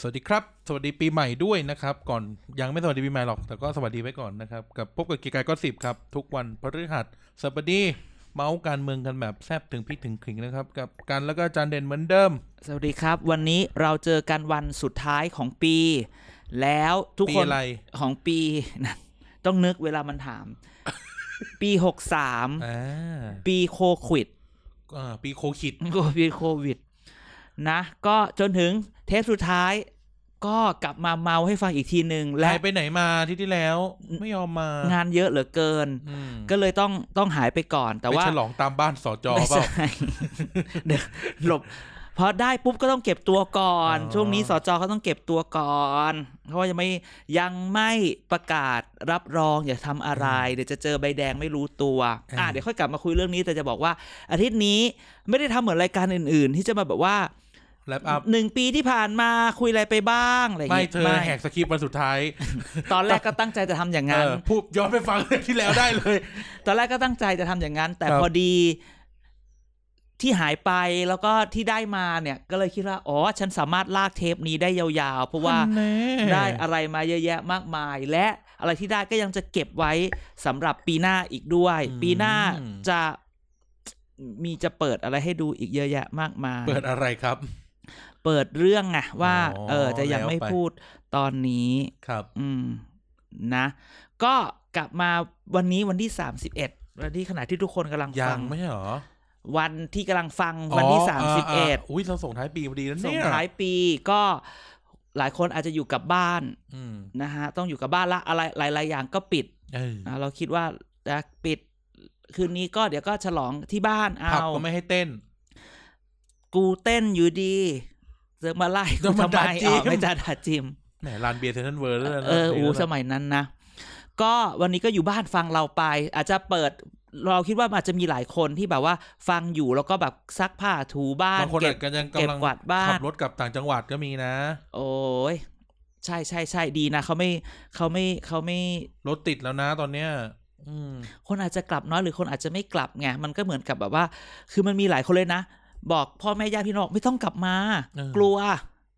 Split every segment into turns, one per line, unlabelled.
สวัสดีครับ สวัสดีปีใหม่ด้วยนะครับ ก่อนยังไม่สวัสดีปีใหม่หรอก แต่ก็สวัสดีไว้ก่อนนะครับ กับพบกับเกียร์กายก็สิบครับ ทุกวันพฤหัสสบดี เมาส์การเมืองกันแบบแซบถึงพริกถึงขิงนะครับ กับกันแล้วก็อาจานเด่นเหมือนเดิม
สวัสดีครับ วันนี้เราเจอกันวันสุดท้ายของปี แล้วทุก
ปี
คน
อะไร
ของปี นะต้องนึกเวลามัน ถาม ปีหกสาม
อ่า
ปีโควิด
อ่าปีโคคิด
ปีโควิด นะ ก็จนถึงเทปสุดท้าย ก็กลับมาเมาให้ฟังอีกทีหนึ่งและ
หายไปไหนมาที่ที่แล้ว ไม่ยอมมาง
านเยอะเหลือเกิน
อืม
ก็เลยต้องต้องหายไปก่อน แต่ว่า
ไปฉลองตามบ้านสอจอ
ไม่
เป ล่า
ใช่ เดี๋ยวหลบพอได้ปุ๊บก็ต้องเก็บตัวก่อน
อ๋อ
ช่วงนี้สจเขาต้องเก็บตัวก่อน เพราะว่ายังไม่ยังไม่ประกาศรับรองอย่าทำอะไร เดี๋ยวจะเจอใบแดงไม่รู้ตัวอ่ะเดี๋ยวค่อยกลับมาคุยเรื่องนี้แต่จะบอกว่า อาทิตย์นี้ไม่ได้ทำเหมือนรายการอื่น ๆ ที่จะมาแบบว่า
แลปอัพ
หนึ่งปีที่ผ่านมาคุยอะไรไปบ้างอะไรอย่าง
ไม่
เงี้ย
เธ อแหกสคริปต์วันสุดท้าย
ตอนแรกก็ตั้งใจจะทำอย่างนั้น
เออพูดย้อนไปฟังเรื่องที่แล้วได้เลย
ตอนแรกก็ตั้งใจจะทำอย่างนั้น แต่
ครับ
พอดีที่หายไปแล้วก็ที่ได้มาเนี่ย ก็เลยคิดว่าอ๋อฉันสามารถลากเทปนี้ได้ยาวๆ เพราะว่า
อันแน่
ได้อะไรมาเยอะแยะมากมาย และอะไรที่ได้ก็ยังจะเก็บไว้สำหรับปีหน้าอีกด้วย ปีหน้าจะมีจะเปิดอะไรให้ดูอีกเยอะแยะมากมาย
เปิดอะไรครับ
เปิดเรื่องอะว่า
อ๋อ
เออ จะยังไม่
แล้วไป
พูดตอนนี้
ครับ
อืมนะ ก็กลับมาวันนี้วันที่สามสิบเอ็ดวันที่ขณะที่ทุกคนกำลัง
ยั
ฟั
งไม่ใช่เหรอ
วันที่กำลังฟังวันที่สามสิบเอ็ด
อุ้ยเราส่งท้ายปีพอดีแล้ว
ส่ง
เนี่ย
ท้ายปีก็หลายคนอาจจะอยู่กับบ้าน
อืม
นะฮะ ต้องอยู่กับบ้านละอะไรหลาย ๆ อย่างก็ปิด
เออ
นะเราคิดว่าจะปิด คืนนี้ก็เดี๋ยวก็ฉลองที่บ้าน
ผับ
เอา
ก็ไม่ให้เต้น
กูเต้นอยู่ดีเสือกมาไล่กู
ธรรม
ทำไม
ดาจิม
อ๋อไม่จ้าดาจิม
แหมลานเบียร์เซนทรัลเวิร์ดแล้วนะ
เออ
ปี
อู
แล้วนะ
สมัยนั้นนะ ก็วันนี้ก็อยู่บ้านฟังเราไป อาจจะเปิด เราคิดว่ามันอาจจะมีหลายคนที่แบบว่า ฟังอยู่แล้วก็แบบซักผ้าถูบ้าน
บางคน
เก็
อา
บ
จจะยัง
เก็บ
กำลัง
กวาดบ้าน
ขับรถกลับต่างจังหวัดก็มีนะ
โอ้ยใช่ใช่ใช่ดีนะเขาไม่เขาไม่เขาไม่
รถติดแล้วนะตอนเนี้ย อืม
คนอาจจะกลับน้อยหรือคนอาจจะไม่กลับไงมันก็เหมือนกับแบบว่า คือมันมีหลายคนเลยนะ บอกพ่อแม่ญาติพี่น้องไม่ต้องกลับมา
เออ
กลัว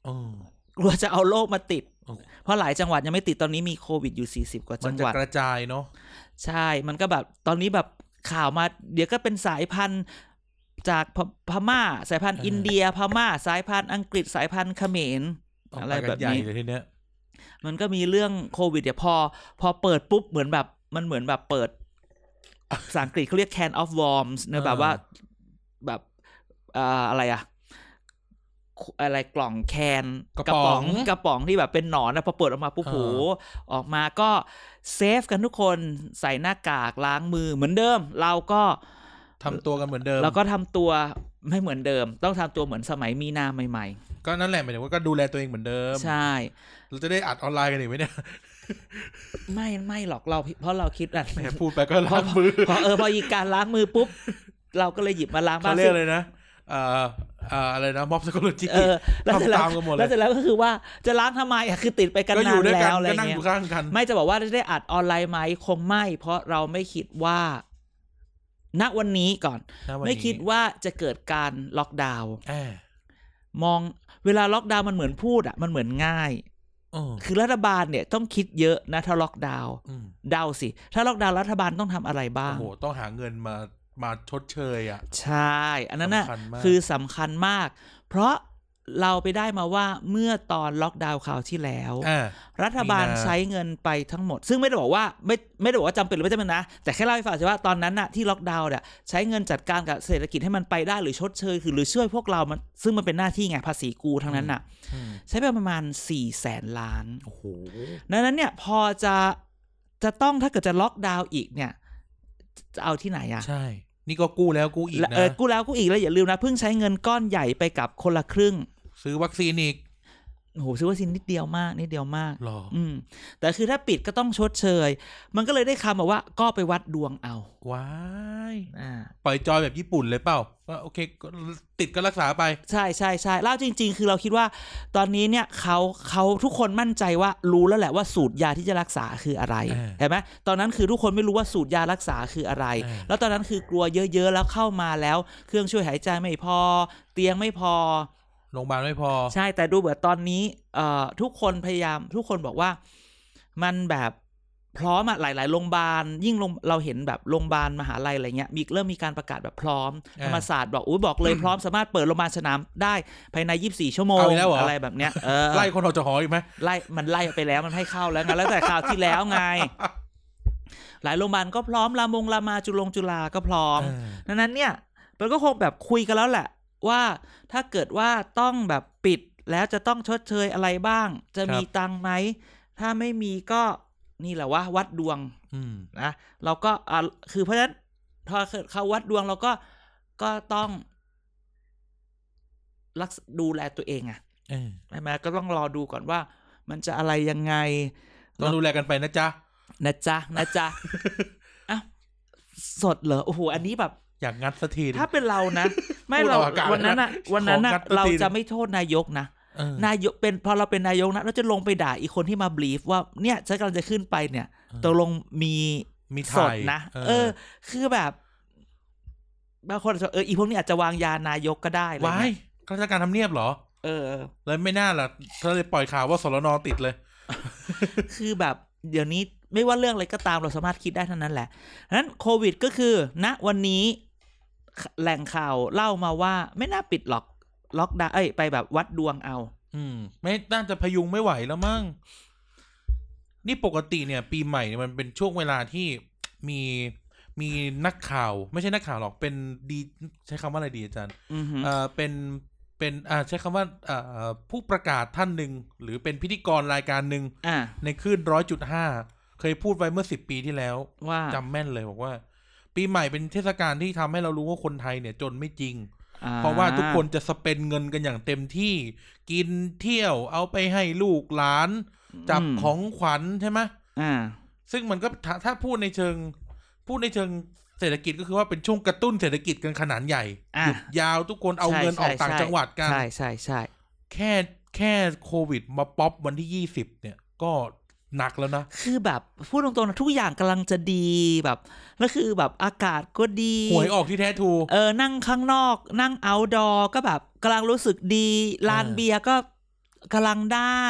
เออ
กลัวจะเอาโรคมาติด
โอ้
เพราะหลายจังหวัดยังไม่ติดตอนนี้มีโควิดอยู่ 40 กว่า
มั
จั
น
งห
จะ
วัด
กระจายเนาะ
ใช่ มันก็แบบตอนนี้แบบข่าวมา เดี๋ยวก็เป็นสายพันธุ์จากพพม่า สายพันธุ์อินเดียพม่า สายพันธุ์อังกฤษสายพันธุ์เขมร
ต้อง
อะไร
ไปกั
แบ
น
บ
ใหญ่
นี้
เลยทีเนี้ย
มันก็มีเรื่องโควิดเดี๋ยวพอ พอเปิดปุ๊บเหมือนแบบ มันเหมือนแบบเปิดภาษาอังกฤษเขาเรียก can of worms เนอะ
อ่า
แบบว่าแบบอ่าอะไรอะอะไรกล่องแคนกระป๋องที่แบบเป็นหนอนนะพอเปิดออกมาปุ๊บโหออกมาก็เซฟกันทุกคนใส่หน้ากากล้างมือเหมือนเดิม เราก็
ทำตัวกันเหมือนเดิม
เราก็ทำตัวไม่เหมือนเดิม ต้องทำตัวเหมือนสมัยมีนาใหม่
ก็นั่นแหละหมายถึงว่าก็ดูแลตัวเองเหมือนเดิม
ๆ ใช่
เราจะได้อัดออนไลน์กันอีกไหมเนี่ย
ไม่ไม่หรอกเรา เพราะเราคิดอ่ะ
แหมพูดไปก็ล้างมือ
พอเออพออีกการล้างมือปุ๊บ เราก็เลยหยิบมาล้างบ้า
เขา
ง
เรียกเลยนะเอ่อเอ่ออะไรนะม็อบสกุลจิ
เออแล้วเสร็จแล้
ทำตาว มกันหมดเลย
แล้วเสร็จแล้วก็คือว่าจะล้างทำไมอ่ะคือติดไปกั
ก็อน
นาน
ยู่ด้วยกั
แล้
น
วอะไร
ก็นั่ง
เงี้
อย ยู่ข้างกัน
ไม่จะบอกว่าได้อัดออนไลน์ไหมคงไม่ เพราะเราไม่คิดว่า ณวันนี้ก่อน
นะวันนี้
ไม่คิดว่าจะเกิดการล็อกดาวน์
แอบ
มองเวลาล็อกดาวน์มันเหมือนพูดอ่ะมันเหมือนง่าย
เออ
คือรัฐบาลเนี่ยต้องคิดเยอะนะถ้าล็อกดาวน์
อืม
เดาสิ ถ้าล็อกดาวน์รัฐบาลต้องทำอะไรบ้า
โอ้
ง
โห ต้องหาเงินมา มาชดเชยอ่ะ
ใช่ อันนั้นน่ะ
สำคัญมาก
คือสำคัญมาก เพราะเราไปได้มาว่าเมื่อตอนล็อกดาวน์คราวที่แล้ว
อ่า
รัฐบาล
มีนา
ใช้เงินไปทั้งหมด ซึ่งไม่ได้บอกว่าไม่ไม่ได้บอกว่าจำเป็นหรือไม่จำเป็นนะ แต่แค่เล่าให้ฟังเฉยว่าตอนนั้นน่ะที่ล็อกดาวน์เนี่ยใช้เงินจัดการกับเศรษฐกิจให้มันไปได้หรือชดเชยคือหรือช่วยพวกเรามันซึ่งมันเป็นหน้าที่ไงภาษีกูทั้งนั้นน่ะ
อืม
ใช้ไปประมาณ4ี่แสนล้าน
โอ้โห
ดังนั้นเนี่ยพอจะจะต้องถ้าเกิดจะล็อกดาวน์อีกเนี่ยจะเอาที่ไหนอะ
ใช่ นี่ก็กู้แล้วกู้อีก
และ
นะ
เออกู้แล้วกู้อีกแล้วอย่าลืมนะเพิ่งใช้เงินก้อนใหญ่ไปกับคนละครึ่ง
ซื้อวัคซีนอีก
โอ้โหซื้อวัคซีนนิดเดียวมากนิดเดียวมาก
หรอ
อืม แต่คือถ้าปิดก็ต้องชดเชย มันก็เลยได้คำบอกว่าก็ไปวัดดวงเอา
ว้าย
อ่า
ปล่อยจอยแบบญี่ปุ่นเลยเปล่าว่าโอเคก็ติดก็รักษาไป
ใช่ใช่ใช่เล่าจริง ๆ คือเราคิดว่า ตอนนี้เนี่ยเขาเขาทุกคนมั่นใจว่ารู้แล้วแหละว่าสูตรยาที่จะรักษาคืออะไร
เออ
เห็นไหมตอนนั้นคือทุกคนไม่รู้ว่าสูตรยารักษาคืออะไร
เออ
แล้วตอนนั้นคือกลัวเยอะ ๆ แล้วเข้ามาแล้ว เครื่องช่วยหายใจไม่พอ เตียงไม่พอ
โรงพยาบาลไม่พอ
ใช่แต่ดูเหมือนตอนนี้เอ่อทุกคนพยายาม ทุกคนบอกว่ามันแบบพร้อมอะหลาย ๆ โรงพยาบาลยิ่งโรงเราเห็นแบบโรงพยาบาลมหาลัยอะไรเงี้ยมีเริ่มมีการประกาศแบบพร้อม
อ่า
ธรรมศาสตร์บอกอุ้ยบอก เลยพร้อมสามารถเปิดโรงพยาบาลสนามได้ภายใน 24 ชั่วโมง
เอาอีกแล้วเหรออ
อะไรแบบเนี้ยเออ
ไล่คนออกจากหออีกไหม
ไล่มันไล่ไปแล้วมันให้เข้าแล้วไงแล้วแต่ข่าวที่แล้วไง หลายโรงพยาบาลก็พร้อมลามงลามาจุลงจุลาก็พร้อม ดังนั้นเนี่ยมันก็คงแบบคุยกันแล้วแหละ ว่าถ้าเกิดว่าต้องแบบปิดแล้วจะต้องชดเชยอะไรบ้าง จะมี
ครับ
ตังค์ไหม ถ้าไม่มีก็นี่แหละว่าวัดดวง
อืม
นะเราก็อ่าคือเพราะฉะนั้นถ้าเข้าวัดดวงเราก็ก็ต้องรักษดูแลตัวเองอะ
เออ
ใช่ไหมก็ต้องรอดูก่อนว่ามันจะอะไรยังไง
ต้องดูแลกันไปนะจ๊ะ
นะจ๊ะนะจ๊ะ อ้าวสดเหรอโอ้โหอันนี้แบบ
อยากงัดสักทีหนึ่ง
ถ้าเป็นเรา นะ ไม่
พูด
เรา
ออกอากาศ
วันนั้นอะวันนั้นอะ
ของัดตัว
เรา
ทีหนึ่
จะ
ง
ไม่โทษนายกนะ
เออน
ายกเป็นพอเราเป็นนายกนะเราจะลงไปด่าอีกคนที่มาบลีฟว่าเนี่ยฉันกำลังจะขึ้นไปเนี่ยตกลงมี
มี
ส
ถ่า
ด
ย
นะ
เอ
เอ
อ
อ คือแบบบางคนอาจจะเอออีพวกนี้อาจจะวางยานายกก็ได้อะไร
วาย
เงี้ย
ข้าราชการทำเนียบเหรอ
เออ
แล้วไม่น่าล่ะถ้าเลยปล่อยข่าวว่าสรนติดเลย
คือแบบเดี๋ยวนี้ไม่ว่าเรื่องอะไรก็ตามเราสามารถคิดได้เท่านั้นแหละดังนั้นโควิดก็คือณวันนี้แหล่งข่าวเล่ามาว่าไม่น่าปิดหรอกล็อกดาวน์เอ้ยไปแบบวัดดวงเอา
อืม ไม่น่าจะพยุงไม่ไหวแล้วมั้งนี่ปกติเนี่ย ปีใหม่เนี่ยมันเป็นช่วงเวลาที่มีมีนักข่าว ไม่ใช่นักข่าวหรอกเป็นดีใช้คำว่าอะไรดีอาจารย์
อือหือ
เอ่อเป็นเป็นอ่าใช้คำว่าเอ่อผู้ประกาศท่านหนึ่งหรือเป็นพิธีกรรายการหนึ่ง
อ่า
ในคลื่นร้อยจุดห้าเคยพูดไว้เมื่อสิบปีที่แล้ว
ว่า
จำแม่นเลยบอกว่า ปีใหม่เป็นเทศกาลที่ทำให้เรารู้ว่าคนไทยเนี่ยจนไม่จริง
อ่
เพราะว่าทุกคนจะสเปนเงินกันอย่างเต็มที่ กินเที่ยวเอาไปให้ลูกหลาน จับ
ม
ของขวัญใช่ไหม
อ่า
ซึ่งมันก็ถ้าถ้าพูดในเชิง พูดในเชิงเศรษฐกิจก็คือว่าเป็นช่วงกระตุ้นเศรษฐกิจกันขนาดใหญ่
อ่ะ
หยุดยาวทุกคนเอาเงินออกต่างจังหวัดกัน
ใช่ใช่ใช่
แค่แค่โควิดมาป๊อปวันที่ยี่สิบเนี่ย ก็หนักแล้วนะ
คือแบบพูดตรงๆนะทุกอย่างกำลังจะดีแบบแล้วคือแบบอากาศก็ดี
หวยออกที่แท้ทู
เออ นั่งข้างนอก นั่ง outdoor ก็แบบกำลังรู้สึกดี ลาน
เออ
เบียร์ก็กำลังได้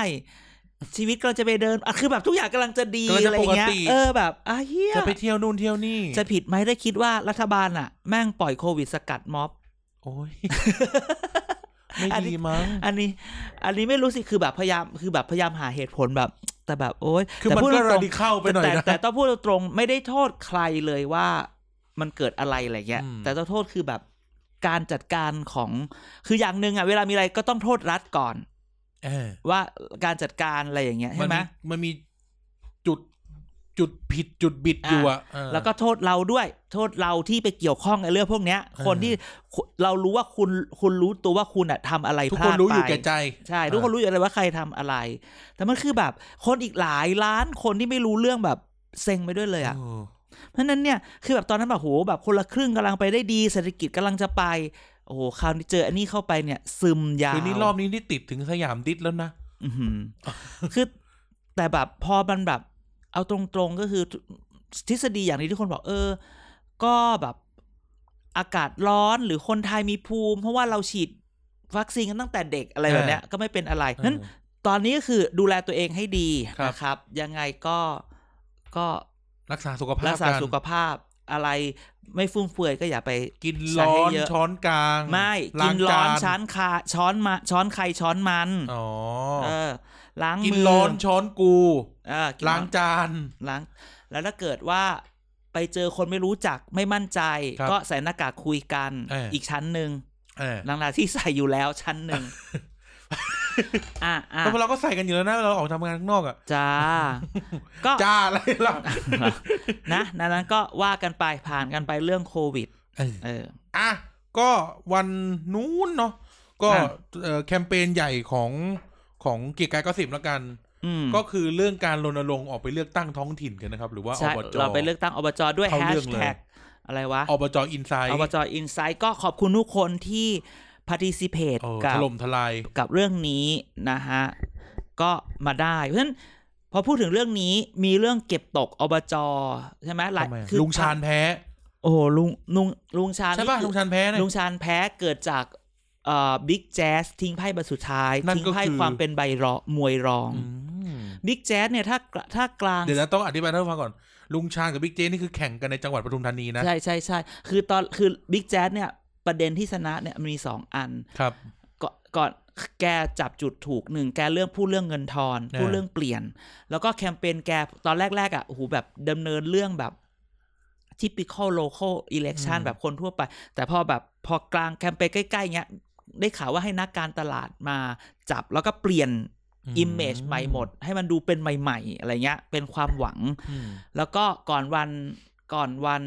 ชีวิตกำลังจะไปเดินอ่ะคือแบบทุกอย่างกำลังจะดี
กำลัง
อะ
จะ
ไรอย่างเงี้ย
ปกติ
เออ แบบอ่ะเฮีย
จะไปเที่ยวนู่นเที่ยวนี่
จะผิดไหมได้คิดว่ารัฐบาลอ่ะ แม่งปล่อยโควิดสกัดม็อบ
โอ้ย ไม่
อันนี้
ดีมั้ง
อันนี้ อันนี้ไม่รู้สิคือแบบพยายามคือแบบพยายามหาเหตุผลแบบ แต่แบบโอ๊ย
คือ
แต่
มัน
พูด
ก็
ต
รา
รง
ดิเข้าไป
แต่
หน่อย
แต่
นะ
แต่ต้องพูดตรงๆไม่ได้โทษใครเลยว่ามันเกิดอะไรอะไรเงี้ย
อืม
แต่ต้องโทษคือแบบการจัดการของคืออย่างหนึ่งอ่ะเวลามีอะไรก็ต้องโทษรัฐก่อน
เออ
ว่าการจัดการอะไรอย่างเงี้ย
มั
ใช่
น
ไหม
มีมันมีจุดจุดผิดจุดบิดอยู่
อ่ะ
อ่ะเออ
แล้วก็โทษเราด้วย โทษเราที่ไปเกี่ยวข้องกับเรื่องพวกเนี้ย
อ่า
คนที่คุเรารู้ว่าคุณคุณรู้ตัวว่าคุณอะทำอะไร
ทุก
พ
คน
ลาด
รู้
ไป
อยู่แก่ใจ
ใช่ทุกคนรู้อยู่แล้วว่าใครทำอะไร แต่มันคือแบบคนอีกหลายล้านคนที่ไม่รู้เรื่องแบบเซ็งไปด้วยเลยอ่ะ
เออ
เพราะฉะนั้นเนี่ยคือแบบตอนนั้นแบบโหแบบคนละครึ่งกำลังไปได้ดีเศรษฐกิจกำลังจะไปโอ้โหคราวนี้เจออันนี้เข้าไปเนี่ยซึมยาว
คือนี่รอบนี้นี่ติดถึงสยามดิสแล้วนะ
อือหือ คือแต่แบบพอมันแบบ เอาตรงๆก็คือทฤษฎีอย่างนี้ที่คนบอกเออ ก็แบบอากาศร้อนหรือคนไทยมีภูมิ เพราะว่าเราฉีดวัคซีนกันตั้งแต่เด็กอะไรแบบเนี้ยก็ไม่เป็นอะไรนั้น ตอนนี้ก็คือดูแลตัวเองให้ดี
ครับ
นะครับ ยังไงก็ก็
รักษาสุขภาพ
รักษาสุข
น
ภาพอะไรไม่ฟุ่มเฟือยก็อย่าไป
กิน
ใช้
ร้
ให้
อน
เยอะ
ช้อนกลาง
ไม่
ล้า
กิ
ง
นร้อน
จา
ช้อนคาช้อนมาช้อนใครช้อนมัน
อ๋อ
เออ ล้างมือ
กินร้อนช้อนกู
เออกินร้
ล้า
อน
งจาน
ล้างแล้วถ้าเกิดว่าไปเจอคนไม่รู้จักไม่มั่นใจ
ครับ
ก็ใส่หน้ากากคุยกัน
เอออี
กชั้นหนึ่ง
เออ
หลังจากที่ใส่อยู่แล้วชั้นหนึ่งอ่ะอ่ะ
แล้วเราก็ใส่กันอยู่แล้วนะเราออกทำงานข้างนอกอ่ะ
จ้า ก็
จ้าอะไรล่ะ
นะนั้นนั้นก็ว่ากันไปผ่านกันไปเรื่องโควิด
เออ
เออ
อ่ะก็วันนู้นเนาะก็
อ่ะ
เอ่อแคมเปญใหญ่ของของเกียร์กายก็สิบแล้วกัน
อืม
ก็คือเรื่องการรณรงค์ออกไปเลือกตั้งท้องถิ่นกันนะครับ หรือว่าอ
ใช่
บจ
เราไปเลือกตั้งอบจด้วย
เข้า
แฮ
เรื่
ช
องเลย
แท็กอะไรวะ
อบจอินไซด์
อบจอินไซต์ก็ขอบคุณทุกคนที่ participate
เออ
กั
ถ
บ
ล่มทลาย
กับเรื่องนี้นะฮะ ก็มาได้ เพราะฉะนั้นพอพูดถึงเรื่องนี้มีเรื่องเก็บตกอบจใช่ไหมหลาย
ทำไมอะ
คือ
ลุงชานแพ้
โอ้โหลุงลุงลุงชาญ
ใช่ป่ะ
นี่คือ
ลุงชานแพ้เนี่ย
ลุงชาญแพ้เกิดจาก เอ่อบิ๊กแจ๊สทิ้งไพ่ใบสุดท้าย
นั่น
ทิ้ง
ก็
ไพ่
คือ
ความเป็นใบรอมวยรอง
อืม
บิ๊กแจ๊สเนี่ยถ้ากลถ้ากลาง
เดี๋ยวนะต้องอธิบายให้ฟังก่อน ลุงชาญกับบิ๊กเจนี่คือแข่งกันในจังหวัดปทุมธานีนะ
ใช่ใช่ใช่คือตอนคือบิ๊กแจ๊สเนี่ยประเด็นที่ชนะเนี่ยมันมีสองอัน
ครับ
ก่อนก่อนแกจับจุดถูกหนึ่งแกเรื่องพูดเรื่องเงินทอน
อ่า
พูดเรื่องเปลี่ยน แล้วก็แคมเปญแกตอนแรก ๆ อ่ะโอ้โหูแบบดำเนินเรื่องแบบ typical local election แบบคนทั่วไป แต่พอแบบพอกลางแคมเปญใกล้ ๆ เงี้ย ได้ข่าวว่าให้นักการตลาดมาจับแล้วก็เปลี่ยน image ใหม่หมด ให้มันดูเป็นใหม่ ๆ อะไรเงี้ย เป็นความหวัง
อืม
แล้วก็ก่อนวันก่อนวัน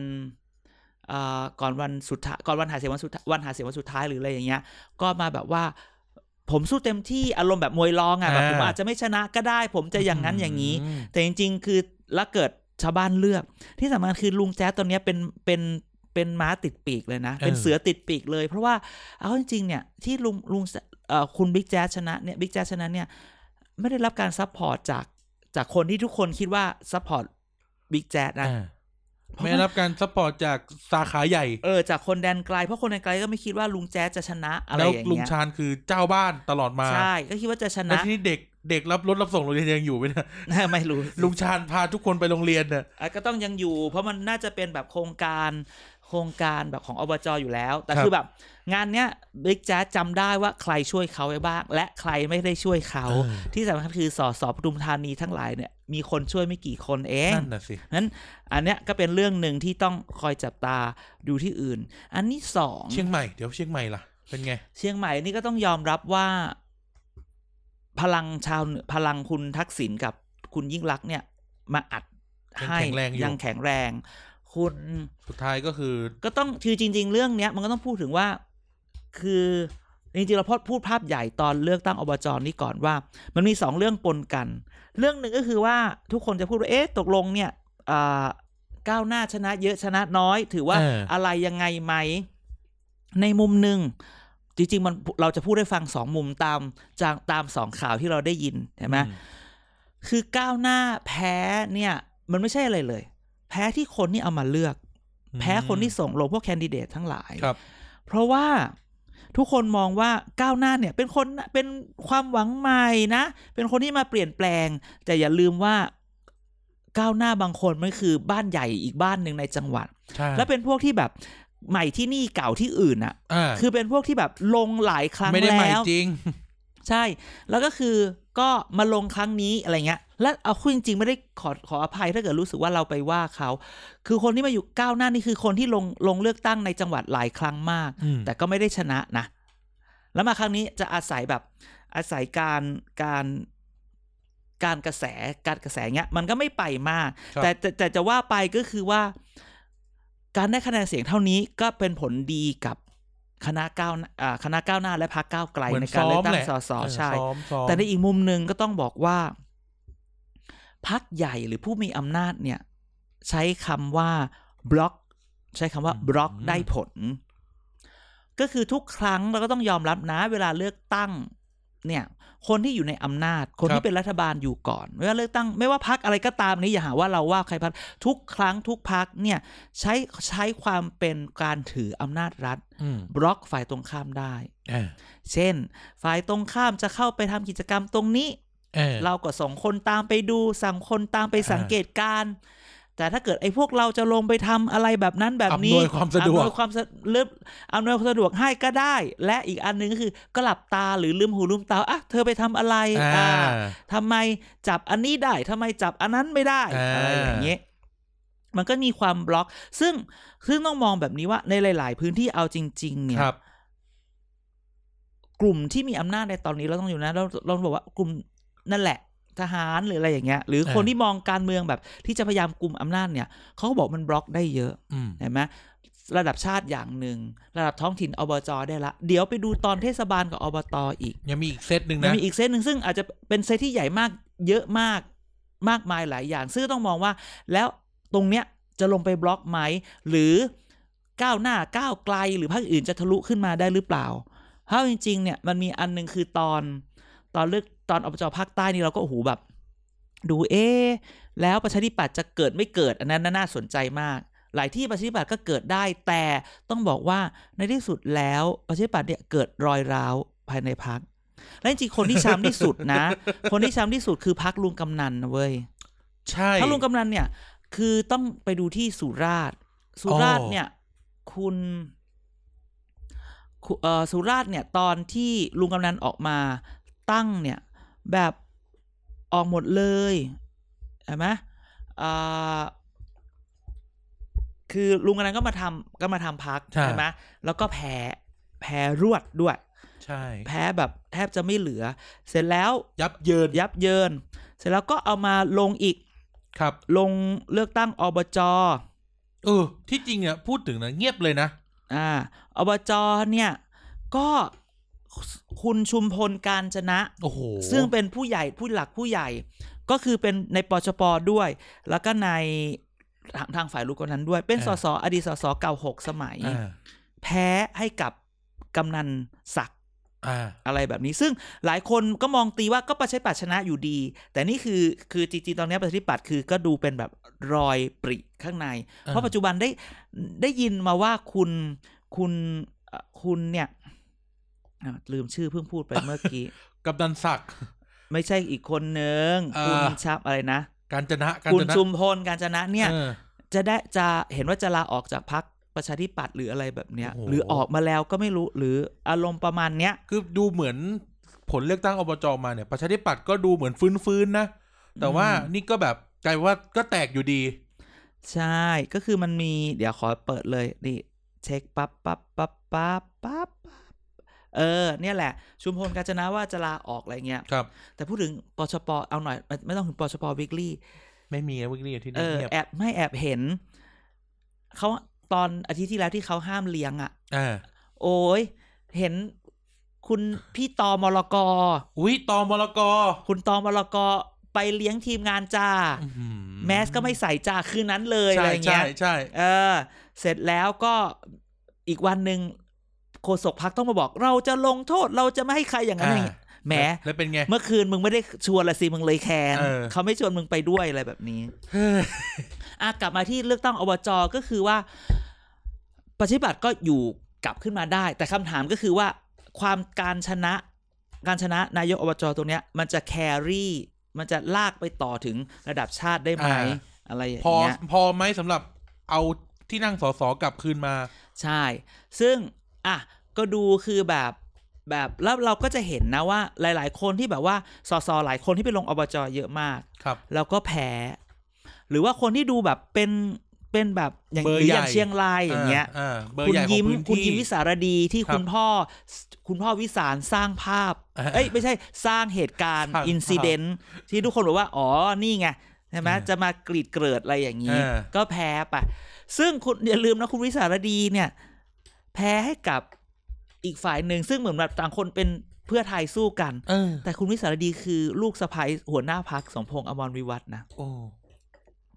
เอ่อก่อนวันสุดท้ายก่อนวันหาเสียงวันสุดท้ายวันหาเสียงวันสุดท้ายหรืออะไรอย่างเงี้ย ก็มาแบบว่า ผมสู้เต็มที่อารมณ์แบบมวยรองอ่ะแบบผมอาจจะไม่ชนะก็ได้ ผมจะอย่างนั้นอย่างนี้
อืม
แต่จริง ๆ คือแล้วเกิดชาวบ้านเลือก ที่สำคัญคือลุงแจ๊สตอนเนี้ยเป็นเป็นเป็นม้าติดปีกเลยนะ เป็นเสือติดปีกเลย เพราะว่าเอาจริงๆเนี่ยที่ลุงลุงเอ่อคุณบิ๊กแจ๊สชนะเนี่ยบิ๊กแจ๊สชนะเนี่ยไม่ได้รับการซัพพอร์ตจากจากคนที่ทุกคนคิดว่าซัพพอร์ตบิ๊กแจ๊สนะ
อ่าไม่ได้รับการซัพพอร์ตจากสาขาใหญ่
เออจากคนแดนไกลเพราะคนแดนไกลก็ไม่คิดว่าลุงแจ๊สจะชนะอะไร
แล้ว
อย่าง
ลุง
เงี้ย
ชาญคือเจ้าบ้านตลอดมา
ใช่ก็คิดว่าจะช
แล้ว
นะ
ที่ นี่เด็กเด็กรับรถรับส่งโรงเรียนยังอยู่ไหมเนี่ย
ไม่รู้
ลุงชาญพาทุกคนไปโรงเรียนเนี่ย
อ่ะก็ต้องยังอยู่ เพราะมันน่าจะเป็นแบบโครงการโครงการแบบของอบจอยู่แล้ว แต่
ครับ
คือแบบงานเนี้ยบิ๊กแจ๊สจำได้ว่าใครช่วยเขาไว้บ้าง และใครไม่ได้ช่วยเขา ที่สำคัญคือสอสอปทุมธานีทั้งหลายเนี่ยมีคนช่วยไม่กี่คนเอง
นั่นน่ะสิ
นั้นอันเนี้ยก็เป็นเรื่องหนึ่งที่ต้องคอยจับตาดูที่อื่น อันที่สอง
เชียงใหม่เดี๋ยวเชียงใหม่ล่ะ เป็นไง
เชียงใหม่นี่ก็ต้องยอมรับว่า พลังชาวเหนือพลังคุณทักษิณกับคุณยิ่งรักษณ์เนี่ย มาอัด
ยัง
ให้
แข็งแรงอยู่
ยังแข็งแรง คุณ
สุดท้ายก็คือ
ก็ต้องคือจริง ๆ เรื่องเนี้ยมันก็ต้องพูดถึงว่า คือจริงๆเราพอพูดภาพใหญ่ตอนเลือกตั้งอบจนี่ก่อนว่า มันมีสองเรื่องปนกัน เรื่องหนึ่งก็คือว่าทุกคนจะพูดว่าเอ๊ะตกลงเนี่ยอ่าก้าวหน้าชนะเยอะชนะน้อย ถือว่า
เอออ
อะไรยังไงไหม ในมุมหนึ่งจริง ๆ มันเราจะพูดได้ฟังสองมุมตามจากตามสองข่าวที่เราได้ยินใช่ไหม
อื
คือก้าวหน้าแพ้เนี่ย มันไม่ใช่อะไรเลย แพ้ที่คนที่เอามาเลือก
อืม
แพ้คนที่ส่งลงพวกแคนดิเดตทั้งหลาย
ครับ
เพราะว่าทุกคนมองว่าก้าวหน้าเนี่ยเป็นคนเป็นความหวังใหม่นะ เป็นคนที่มาเปลี่ยนแปลง แต่อย่าลืมว่าก้าวหน้าบางคนมันคือบ้านใหญ่อีกบ้านหนึ่งในจังหวัด
ใช่
และเป็นพวกที่แบบใหม่ที่นี่เก่าที่อื่นอะ
อ่า
คือเป็นพวกที่แบบลงหลายครั้ง
ไม่ได้ใหม่
แล้ว
จริง
ใช่ แล้วก็คือก็มาลงครั้งนี้อะไรเงี้ย และเอาคุยจริงๆไม่ได้ขอขออภัยถ้าเกิดรู้สึกว่าเราไปว่าเขา คือคนที่มาอยู่ก้าวหน้านี่คือคนที่ลงลงเลือกตั้งในจังหวัดหลายครั้งมาก
อืม
แต่ก็ไม่ได้ชนะนะ แล้วมาครั้งนี้จะอาศัยแบบอาศัยการการการกระแสการกระแสเงี้ย มันก็ไม่ไปมาก
ครับ
แต่แต่แต่จะว่าไปก็คือว่า การได้คะแนนเสียงเท่านี้ก็เป็นผลดีกับคณะก้าวหน้าอ่าคณะก้าวหน้าและพรรคก้าวไกล
เหมือน
ในกา
ซ้
ร
อ
เลือ
ม
กตั้
แห
ง
ละ
สส
เออ
ใช่
ซ้อมซ้อม
แต่ในอีกมุมหนึ่งก็ต้องบอกว่าพักใหญ่หรือผู้มีอำนาจเนี่ย ใช้คำว่าบล็อก ใช้คำว่าบล็อกได้ผล ก็คือทุกครั้งเราก็ต้องยอมรับนะ เวลาเลือกตั้ง เนี่ย คนที่อยู่ในอำนาจ คนที่เป็นรัฐบาลอยู่ก่อนไม่ว่าเลือกตั้ง ไม่ว่าพักอะไรก็ตามนี้อย่าหาว่าเราว่าใครพักทุกครั้งทุกพักเนี่ย ใช้ใช้ความเป็นการถืออำนาจรัฐ
อืม
บล็อกฝ่ายตรงข้ามได้
เออ
เช่น ฝ่ายตรงข้ามจะเข้าไปทำกิจกรรมตรงนี้
เออ
เราก็ส่งคนตามไปดูสั่งคนตามไป
อ่า
สังเกตการณ์แต่ถ้าเกิดไอ้พวกเราจะลงไปทำอะไรแบบนั้นแบบนี้
อำนวยความสะดวก
อำนวยความสะเริ่มอำนวยความสะดวกให้ก็ได้ และอีกอันหนึ่งก็คือก็หลับตาหรือลืมหูลืมตาอ่ะเธอไปทำอะไร
อ่า
อ่าทำไมจับอันนี้ได้ทำไมจับอันนั้นไม่ได้
อ่า
อะไรอย่างเงี้ยมันก็มีความบล็อก ซึ่งซึ่งต้องมองแบบนี้ว่าในหลาย ๆ พื้นที่เอาจริง ๆ เนี่ย
ครับ
กลุ่มที่มีอำนาจในตอนนี้เราต้องอยู่นะเราเราบอกว่ากลุ่มนั่นแหละ ทหารหรืออะไรอย่างเงี้ย หรือคนที่มองการเมืองแบบที่จะพยายามกลุ่มอำนาจเนี่ยเขาก็บอกมันบล็อกได้เยอะ
อืม
เห็นไหมระดับชาติอย่างหนึ่งระดับท้องถิ่นอบจได้ละ เดี๋ยวไปดูตอนเทศบาลกับอบตอีก
ยังมีอีกเซตหนึ่ง
ยั
นะ
งมีอีกเซตหนึ่งซึ่งอาจจะเป็นเซตที่ใหญ่มากเยอะมากมากมายหลายอย่าง ซึ่งต้องมองว่า แล้วตรงเนี้ยจะลงไปบล็อกไหมหรือก้าวหน้าก้าวไกลหรือภาคอื่นจะทะลุขึ้นมาได้หรือเปล่า เพราะจริงๆเนี่ยมันมีอันหนึงคือตอนตอนเลือกตอนอบจภาคใต้นี่เราก็โอ้โหแบบ ดูเอ๊ะแล้วประชาธิปัตย์จะเกิดไม่เกิดอันนั้นน่าสนใจมาก หลายที่ประชาธิปัตย์ก็เกิดได้ แต่ต้องบอกว่าในที่สุดแล้วประชาธิปัตย์เนี่ยเกิดรอยร้าวภายในพักและจริงๆคนที่ช้ำที่สุดนะ คนที่ช้ำที่สุดคือพักลุงกำนันนะเว้ย
ใช่
ถ้าลุงกำนันเนี่ย คือต้องไปดูที่สุราษฎร์สุราษฎร์เนี่ย คุณคุเอ่อสุราษฎร์เนี่ย ตอนที่ลุงกำนันออกมาตั้งเนี่ย แบบออกหมดเลยเห็นไหมอ่าคือลุงกำนันก็มาทำก็มาทำพักใช่ไหมแล้วก็แพ้แพ้รวดด้วย
ใช่
แพ้แบบแทบจะไม่เหลือ เสร็จแล้ว
ยับเยิน
ยับเยิน เสร็จแล้วก็เอามาลงอีก
ครับ
ลงเลือกตั้งอบจ
เออ ที่จริงเนี่ยพูดถึงนะเงียบเลยนะ
อ่า อบจ เนี่ย ก็คุณชุมพลการจนะ
โอ้โห
ซึ่งเป็นผู้ใหญ่ผู้หลักผู้ใหญ่ ก็คือเป็นในปชปด้วย แล้วก็ในทางทางฝ่ายลูกคนนั้นด้วย เป็นสสอดีตสสเก่าหกสมัย
อ่า
แพ้ให้กับกำนันศักดิ์
อ่า
อะไรแบบนี้ซึ่งหลายคนก็มองตีว่าก็ประชาธิปัตย์ชนะอยู่ดี แต่นี่คือคือจริงๆตอนนี้ประชาธิปัตย์คือก็ดูเป็นแบบรอยปริข้างใน เพราะปัจจุบันได้ได้ยินมาว่าคุณคุณเอ่อคุณเนี่ยอ่ะลืมชื่อเพิ่งพูดไปเมื่อ กี้
กับดันศักดิ์
ไม่ใช่อีกคนนึงคุณ
อ่า
ชับอะไรนะ
การจนะการ
คุณ
จนะ
ชุมพลการจนะเนี่ย
ออ
จะได้จะเห็นว่าจะลาออกจากพักประชาธิปัตย์หรืออะไรแบบเนี้ย
โอ้โห
หรือออกมาแล้วก็ไม่รู้หรืออารมณ์ประมาณเนี้ย
คือดูเหมือนผลเลือกตั้งอบจมาเนี่ยประชาธิปัตย์ก็ดูเหมือนฟื้นๆนะ แต่ว่า
อืม
นี่ก็แบบกลายว่าก็แตกอยู่ดี
ใช่ก็คือมันมีเดี๋ยวขอเปิดเลยนี่เช็คปั๊บปั๊บปั๊บปั๊บปั๊บปั๊บเออ เนี่ยแหละ ชุมพลกาญจนะว่าจะลาออกอะไรเงี้ย
ครับ
แต่พูดถึงปชปเอาหน่อยไม่ไม่ต้องถึงปชปวิกฤต
ไม่มีวิกฤตที่
เอ
นี่
อ
เงียบ
แอบไม่แอบเห็น เขาตอนอาทิตย์ที่แล้วที่เขาห้ามเลี้ยงอ่ะ
อ่า
โอ้ยเห็นคุณพี่ตอมรก
อุ้ยตอมรก
คุณตอมรกไปเลี้ยงทีมงานจ้า
อื้อหือ
แมสก็ไม่ใส่จ้าคืนนั้นเลยอะ
ใช่
ไรเงี้
ใช่
ย
ใช่
เออ เสร็จแล้วก็อีกวันหนึ่งโฆษกพักต้องมาบอก เราจะลงโทษเราจะไม่ให้ใครอย่างนั้นอย่างนี้แหม
แล้วแล้วเป็นไง
เมื่อคืนมึงไม่ได้ชวนละสิมึงเลยแคน
เออ
เขาไม่ชวนมึงไปด้วยอะไรแบบนี้
เฮ้ย
อ่ะกลับมาที่เลือกตั้งอบจก็คือว่า ประชาธิปัตย์ก็อยู่กลับขึ้นมาได้ แต่คำถามก็คือว่า ความการชนะ การชนะนายกอบจตรงเนี้ย มันจะแครี่มันจะลากไปต่อถึงระดับชาติได้ไหมอะไรอย่าง
พอ
เงี้ย
พอไหมสำหรับเอาที่นั่งสสกลับคืนมา
ใช่ ซึ่ง อ่ะ ก็ดูคือแบบ แบบ แล้วเราก็จะเห็นนะว่า หลาย ๆ คนที่แบบว่า สส หลายคนที่ไปลงอบจเยอะมาก
ครับ
แล้วก็แพ้ หรือว่าคนที่ดูแบบเป็น เป็นแบบอย่าง
เบอร์
หรือ
ให
อ
ญ่
ย่างเชียงรายอย่างเงี้ย
าาเบอร์
คุณ
ใหญ่ของ
ยิ้ม
พื้น
คุณ
ที่
ยิ้มวิสารดี
ค
ที่
รับ
คุณพ่อ คุณพ่อวิสารสร้างภาพ
อ่า
เอ้ย ไม่ใช่ สร้างเหตุการณ์
สร้าง
อินซิเดนต์ที่ทุกคนบอกว่า อ๋อ นี่ไง ใช่ไหม
อ่า
จะมากรีดเกริดอะไรอย่างนี้
อ่า
ก็แพ้ไป ซึ่งคุณอย่าลืมนะคุณวิสารดีเนี่ย แพ้ให้กับอีกฝ่ายหนึ่ง ซึ่งเหมือนแบบต่างคนเป็นเพื่อไทยสู้กัน
เออ
แต่คุณวิสารดีคือลูกสะใภ้หัวหน้าพักสมพงษ์อมรวิวัฒน์นะ
โอ้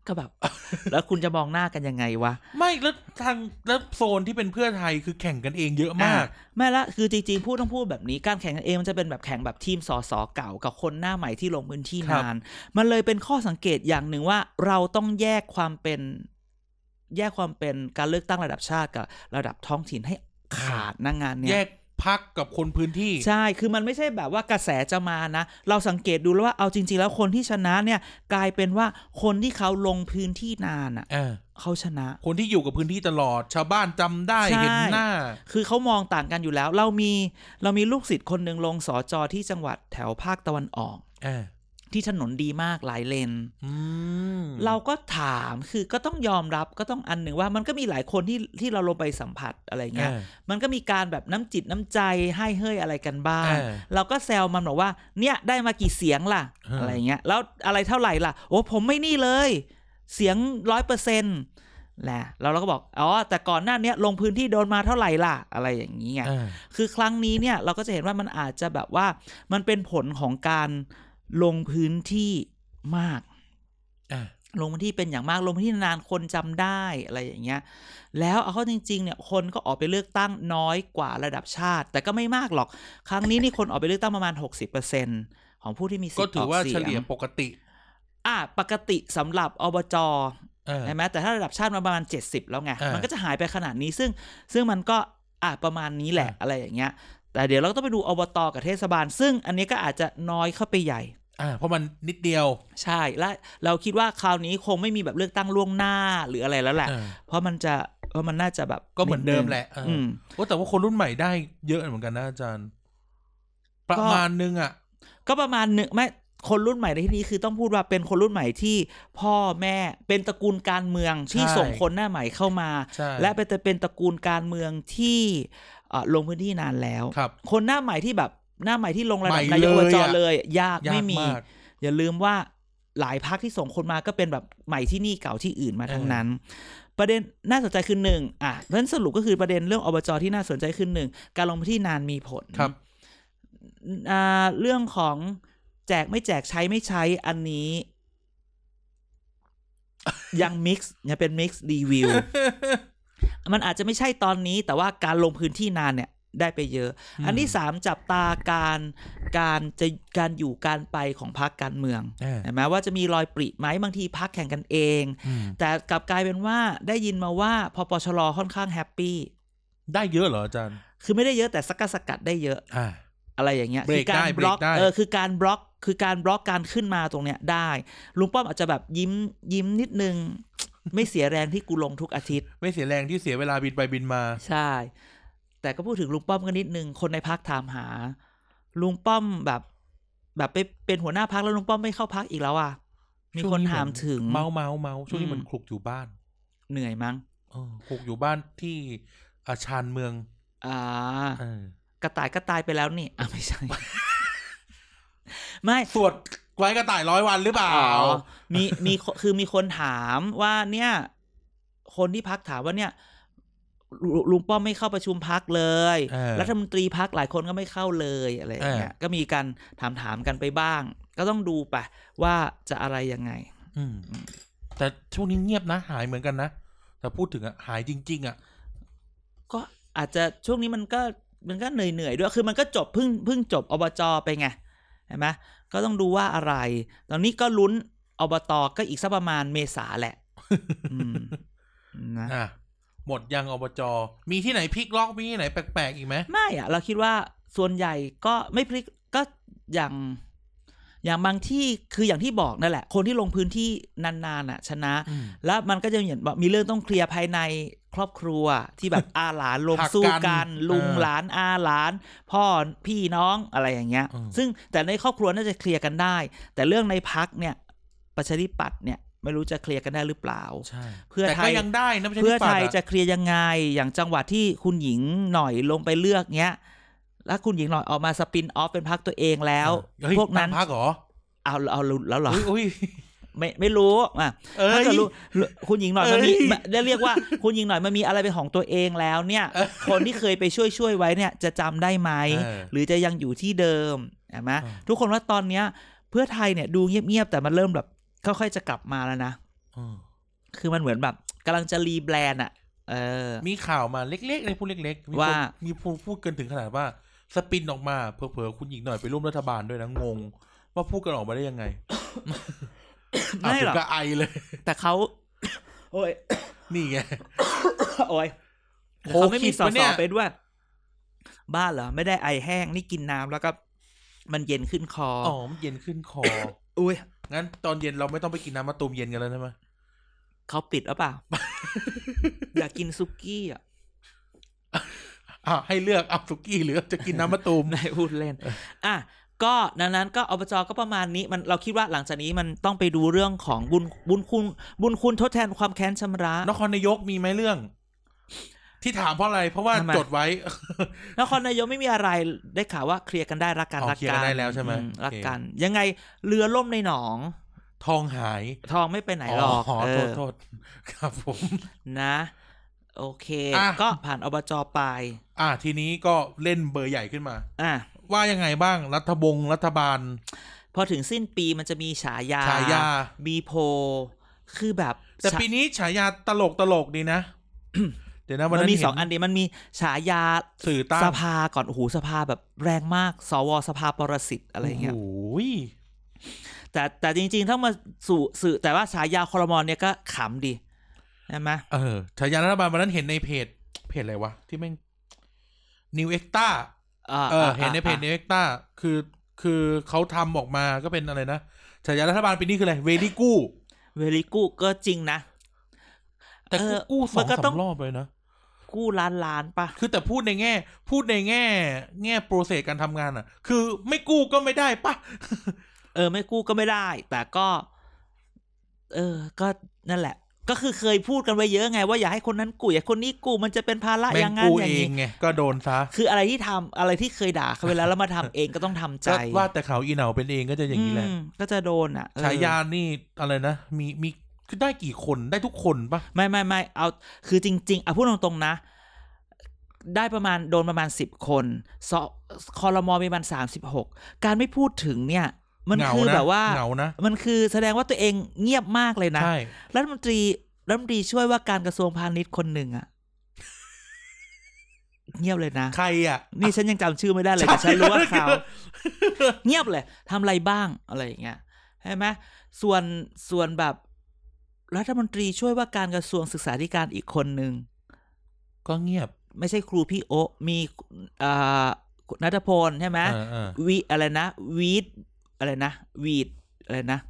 ก็แบบ แล้วคุณจะมองหน้ากันยังไงวะ
ไม่แล้วทางแล้วโซนที่เป็นเพื่อไทยคือแข่งกันเองเยอะมาก
อ่ะไม่ละคือจริงๆพูดต้องพูดแบบนี้การแข่งกันเองมันจะเป็นแบบแข่งแบบทีมสอสอเก่ากับคนหน้าใหม่ที่ลงพื้นที่
ครับ
นาน มันเลยเป็นข้อสังเกตอย่างหนึ่งว่าเราต้องแยกความเป็นแยกความเป็นการเลือกตั้งระดับชาติกับระดับท้องถิ่นให้ขาดนะงานเนี้
แย
ย
กพักกับคนพื้นที่
ใช่คือมันไม่ใช่แบบว่ากระแสจะมานะ เราสังเกตดูแล้วว่าเอาจริง ๆ แล้วคนที่ชนะเนี่ยกลายเป็นว่าคนที่เขาลงพื้นที่นานอ่ะ
อ่า
เขาชนะ
คนที่อยู่กับพื้นที่ตลอด ชาวบ้านจำได้
ใช่
เห็นหน้า
คือเขามองต่างกันอยู่แล้ว เรามีเรามีลูกศิษย์คนหนึ่งลงสอจอที่จังหวัดแถวภาคตะวันออก
อ่า
ที่ถนนดีมากหลายเลน
อืม
เราก็ถามคือก็ต้องยอมรับก็ต้องอันหนึ่งว่ามันก็มีหลายคนที่ที่เราลงไปสัมผัสอะไรเงี้ย
อ่า
มันก็มีการแบบน้ำจิตน้ำใจให้เฮ้ยอะไรกันบ้าง
เออ
เราก็แซวมันบอกว่า เนี่ยได้มากี่เสียงล่ะ
เอออ
อะไรเงี้ย แล้วอะไรเท่าไหร่ล่ะ โอ้ผมไม่นี่เลย เสียงร้อยเปอร์เซ็นต์แหละแล้วเราก็บอกอ๋อแต่ก่อนหน้าเนี้ยลงพื้นที่โดนมาเท่าไหร่ล่ะ อะไรอย่างนี้ไง
อ่า
คือครั้งนี้เนี่ยเราก็จะเห็นว่ามันอาจจะแบบว่ามันเป็นผลของการลงพื้นที่มาก
อ่า
ลงพื้นที่เป็นอย่างมากลงพื้นที่นานๆคนจำได้อะไรอย่างเงี้ย แล้วเอาเข้าจริงๆเนี่ยคนก็ออกไปเลือกตั้งน้อยกว่าระดับชาติ แต่ก็ไม่มากหรอก ครั้งนี้นี่คนออกไปเลือกตั้งประมาณ 60%ของผู้ที่มีสิท
ก็
ธิ์
ถื
อ
อ
อก
ว่า
เสี
เฉ
ย
ลี่ย
ง
ปกติ
อ่ะปกติสำหรับอบจ
เออ
ใช่ไหมแต่ถ้าระดับชาติมันประมาณ 70 แล้วไง
อ่ามั
มันก็จะหายไปขนาดนี้ซึ่งซึ่งมันก็อ่ะประมาณนี้แหละ
อ่า
อะไรอย่างเงี้ย แต่เดี๋ยวเราก็ต้องไปดูอบตกับเทศบาล ซึ่งอันนี้ก็อาจจะน้อยเข้าไปใหญ่
อ่าเพราะมันนิดเดียว
ใช่และเราคิดว่าคราวนี้คงไม่มีแบบเลือกตั้งล่วงหน้าหรืออะไรแล้วแหละ
เออ
เพราะมันจะเพราะมันน่าจะแบบ
ก็เหมือนเดิมแหละเอออื
อืม
โอ้แต่ว่าคนรุ่นใหม่ได้เยอะเหมือนกันนะอาจารย์ ประมาณนึงอ่ะ
ก็ประมาณหนึ่งไม่คนรุ่นใหม่ในที่นี้คือต้องพูดว่าเป็นคนรุ่นใหม่ที่พ่อแม่เป็นตระกูลการเมืองที่
ใช่
ส่งคนหน้าใหม่เข้ามา
ใช่
และเป็นเป็นตระกูลการเมืองที่เอ่อลงพื้นที่นานแล้ว
ครับ
คนหน้าใหม่ที่แบบหน้าใหม่ที่ลงระดับ
ใหม่
นายกอบ
เล
จ
ยอะ
เลย ยาก
ยา
ไม่
ก
มี
มาก
อย่าลืมว่าหลายพักที่ส่งคนมาก็เป็นแบบใหม่ที่นี่เก่าที่อื่นมา
เออ
ทั้งนั้น ประเด็นน่าสนใจคือหนึ่งอ่ะเพราะฉะนั้นสรุปก็คือประเด็นเรื่องอบจที่น่าสนใจคือหนึ่งการลงพื้นที่นานมีผล
ครับ
อ่าเรื่องของแจกไม่แจกใช้ไม่ใช้อันนี้ ยังมิกซ์ยังเป็นมิกซ์รีวิ ว มันอาจจะไม่ใช่ตอนนี้ แต่ว่าการลงพื้นที่นานเนี่ยได้ไปเยอะ
อืม
อันที่สามจับตาการการจะการอยู่การไปของพรรคการเมือง
อ่า
เห็นไหมว่าจะมีรอยปริไหมบางทีพรรคแข่งกันเอง
อืม
แต่กลับกลายเป็นว่าได้ยินมาว่าพอปชรค่อนข้างแฮปปี้
ได้เยอะเหรออาจารย์
คือไม่ได้เยอะแต่สกัดสกัดได้เยอะ
อ่า
อะไรอย่างเงี้ย
เบรก
คืการ
ได้
บล็อก
เบรกได้
เออคือการบล็อกคือการบล็อกการขึ้นมาตรงเนี้ยได้ ลุงป้อมอาจจะแบบยิ้มยิ้มนิดนึง ไม่เสียแรงที่กูลงทุกอา ทิตย์
ไม่เสียแรงที่เสียเวลาบินไปบินมา
ใช่ แต่ก็พูดถึงลุงป้อมกันนิดนึง คนในพักถามหา ลุงป้อมแบบแบบไปเป็นหัวหน้าพักแล้วลุงป้อมไม่เข้าพักอีกแล้วอ่ะมีคนถามถึง
เมาเมาเมาช่วงนี้
อืม
มันคลุกอยู่บ้าน
เหนื่อยมั้ง
เออคลุกอยู่บ้านที่อาชานเมือง
อ่า
เออก
ระต่ายก็ตายไปแล้วนี่อ่ะไม่ใช่ ไม่
สวดไว้กระต่ายร้อยวันหรือเปล่า
อ๋อมีมีคนคือมีคนถามว่าเนี่ย คนที่พักถามว่าเนี่ยลุลุงป้อมไม่เข้าประชุมพักเลย
เออ
รัฐมนตรีพักหลายคนก็ไม่เข้าเลยอะไรอย่างเงี้ย ก็มีการถามถามๆกันไปบ้าง ก็ต้องดูไปว่าจะอะไรยังไง
อืมแต่ช่วงนี้เงียบนะ หายเหมือนกันนะแต่พูดถึงอะหายจริง ๆอะ
ก็อาจจะช่วงนี้มันก็มันก็เหนื่อยๆด้วย คือมันก็จบเพิ่งเพิ่งจบอบจไปไงเห็นไหมก็ต้องดูว่าอะไร ตอนนี้ก็ลุ้นอบตก็อีกสักประมาณเมษาแหละ อืมนะ
อ่ะหมดยังอบจมีที่ไหนพลิกล็อกมีที่ไหนแปลกๆอีกไหม
ไม่อะเราคิดว่าส่วนใหญ่ก็ไม่พลิกก็อย่าง อย่างบางที่คืออย่างที่บอกนั่นแหละ คนที่ลงพื้นที่นานๆน่ะ ชนะ
อืม
แล้วมันก็จะเห็นว่ามีเรื่องต้องเคลียร์ภายในครอบครัวที่ แบบ อาหลานลง
หักกัน
สู้กัน ลุง
เออ
หลานอาหลาน พ่อพี่น้องอะไรอย่างเงี้ย
อืม
ซึ่งแต่ในครอบครัวน่าจะเคลียร์กันได้ แต่เรื่องในพักเนี่ยประชาธิปัตย์เนี่ยไม่รู้จะเคลียร์กันได้หรือเปล่า
ใช่
เพื่อ
แต่
ไท
ก็
ย
ยังได้นะประชาธิ
เพื่อ
ปั
ไท
ต
ย
ย์
จะ
อะ
เคลียร์ยังไงอย่างจังหวัดที่คุณหญิงหน่อยลงไปเลือกเนี้ย แล้วคุณหญิงหน่อยออกมาสปินออฟเป็นพักตัวเองแล้ว
เฮ้ย
พวกนั้น
ตั้งพักเหรอ
เอาเอาเอาแล้วเหรอ
อุ้ยอุ้ย
ไม่ไม่รู้อ่ะ
เอ้
ถ้าย เกิดรู้รู้คุณหญิงหน่อยมันมี
เอ้ย
มันได้เรียกว่า คุณหญิงหน่อยมันมีอะไรเป็นของตัวเองแล้วเนี่ย
เออ
คนที่เคยไปช่วยช่วยไว้เนี่ย จะจำได้ไหม
เออ
หรือจะยังอยู่ที่เดิมใช่ไหม
เออ
ทุกคนว่าตอนเนี้ย เพื่อไทยเนี่ยดูเงียบๆแต่มันเริ่มแบบค่อยๆจะกลับมาแล้วนะ
อืม
คือมันเหมือนแบบกำลังจะรีแบรนด์อ่ะ เออ
มีข่าวมาเล็กๆเลยพูดเล็กๆมีคน
ว่า
มีพูดพูดกันถึงขนาดว่า สปินออกมาเผลอๆคุณหญิงหน่อยไปร่วมรัฐบาลด้วยนะงง ว่าพูดกันออกมาได้ยังไงอ่ะ
ไม่หรอก
ถึงก็ไอเลย
แต่เขา โอ้ย
นี่ไง
โอ้ย
โค
เขาไม่
คิ
มี
ด
สอ
ปะเนี่
สอย ไปด้วย บ้านเหรอ ไม่ได้ไอแห้ง นี่กินน้ำแล้วก็ มันเย็นขึ้นคอ
อ๋อมันเย็นขึ้นคอ
อุ้ย
งั้นตอนเย็นเราไม่ต้องไปกินน้ำมะตูมเย็นกันแล้วใช่ไหม
เขาปิดหรือเป ล่า อยากกินซุกี้อ่ะ
อ่ะให้เลือกเอาสุกี้หรือจะกินน้ำมะตูม
นายพูดเล่น อ่ะ ก็ดังนั้นก็อบจก็ประมาณนี้ มันเราคิดว่าหลังจากนี้มันต้องไปดูเรื่องของบุญบุญคุณ บุญคุณทดแทนความแค้นชำระ
นครนายกมีไหมเรื่อง ที่ถามเพราะอะไร เพราะว่า
ทำไม
จดไว้
นครนายกไม่มีอะไรได้ข่าวว่าเคลียร์กันได้รักกัน
อ๋อ
รัก
เคลียร์กั
กัน
นได้แล้วใช่ไหม
อืรัก
โอเค
กัน ยังไงเรือล่มในหนอง
ทองหาย
ทองไม่ไปไหนหรอก
อ
เอ
โท
อ
ษโทษครับผม
นะ โอเค
อ่ะ
ก็ผ่านอบจไป
อ่ะทีนี้ก็เล่นเบอร์ใหญ่ขึ้นมา
อ่ะ
ว่ายังไงบ้างรัฐบงรัฐบาล
พอถึงสิ้นปีมันจะมีฉายา
ฉายา
บีโพคือแบบ
แต่
ฉะ
ปีนี้ฉายาตลกตลกดี นะ เดี๋ยวนะวัน
มั
นั้นน
มี
เห็
สองอันดีมันมีฉายา
สื่อตั้ง
สภาก่อนโอ้โหสภาแบบแรงมาก สวสภาปรสิตอะไรอย่างเงี้ย
โอ้ย
แต่แต่จริง ๆ ถ้ามาสู่สื่อแต่ว่าฉายาคอรมอนเนี่ยก็ขำดีใช่ไหม
เออฉายารัฐบาลวันนั้นเห็นในเพจ เพจอะไรวะ ที่แม่งนิวเอ็กต้า
อ่า
เออ เห็นในเพจนิ
นี้
วเอ็กต้าคือคือเขาทำออกมาก็เป็นอะไรนะฉายารัฐบาลปีนี้คืออะไรเวลี่กู้
เวลิกูก็จริงนะ
แต่
เออ
กู้ส
มั
อง
นก็ต้
สา
อง
มรอบเลยนะ
กู้ล้านล้านปะ
คือแต่พูดในแง่ พูดในแง่ แง่โปรเซสการทำงานอ่ะ คือไม่กู้ก็ไม่ได้ปะ
เออ ไม่กู้ก็ไม่ได้ แต่ก็ เออ ก็นั่นแหละ ก็คือเคยพูดกันไว้เยอะไง ว่าอย่าให้คนนั้นกู้อย่าคนนี้กู้มันจะเป็นภาระ
แม่
อย่าง งงั้น
กู้
อย่า
เอง ง
นี้
ไงก็โดนซะ
คืออะไรที่ทำอะไรที่เคยด่าเขาไปแล้วแล้วมาทำเองก็ต้องทำใจ
ก็ว่าแต่เขาอีเหนาเป็นเองก็จะอย่างนี้แหละ
มก็จะโดนอ่ะเออ
ฉายานี่อะไรนะ มีมีคือได้กี่คนได้ทุกคนปะ
ไม่ไม่ไม่เอาคือจริง ๆอ่ะพูดตรงๆนะ ได้ประมาณโดนประมาณสิบคนสคอรมอมีประมันสามสิบหกการไม่พูดถึงเนี่ย มัน
เหงา
คือแบบว่า
เหงานะ
มันคือแสดงว่าตัวเองเงียบมากเลยนะ
ใช่
รัฐมนตรีรัฐมนตรีช่วยว่าการกระทรวงพาณิชย์คนหนึ่งอะ เงียบเลยนะ
ใครอ่ะ
นี่ฉันยังจำชื่อไม่ได้ เลยแต่
ใช่
ฉันรู้ว่าเขา เงียบเลยทำอะไรบ้างอะไรอย่างเงี้ยใช่ไหมส่วนส่วนแบบรัฐมนตรีช่วยว่าการกระทรวงศึกษาธิการอีกคนหนึ่ง
ก็เงียบ
ไม่ใช่ครูพี่โอะมีอ่าคุณนัทพลใช่ไหม
เออเออ
วีอะไรนะวีดอะไรนะวีดอะไรนะ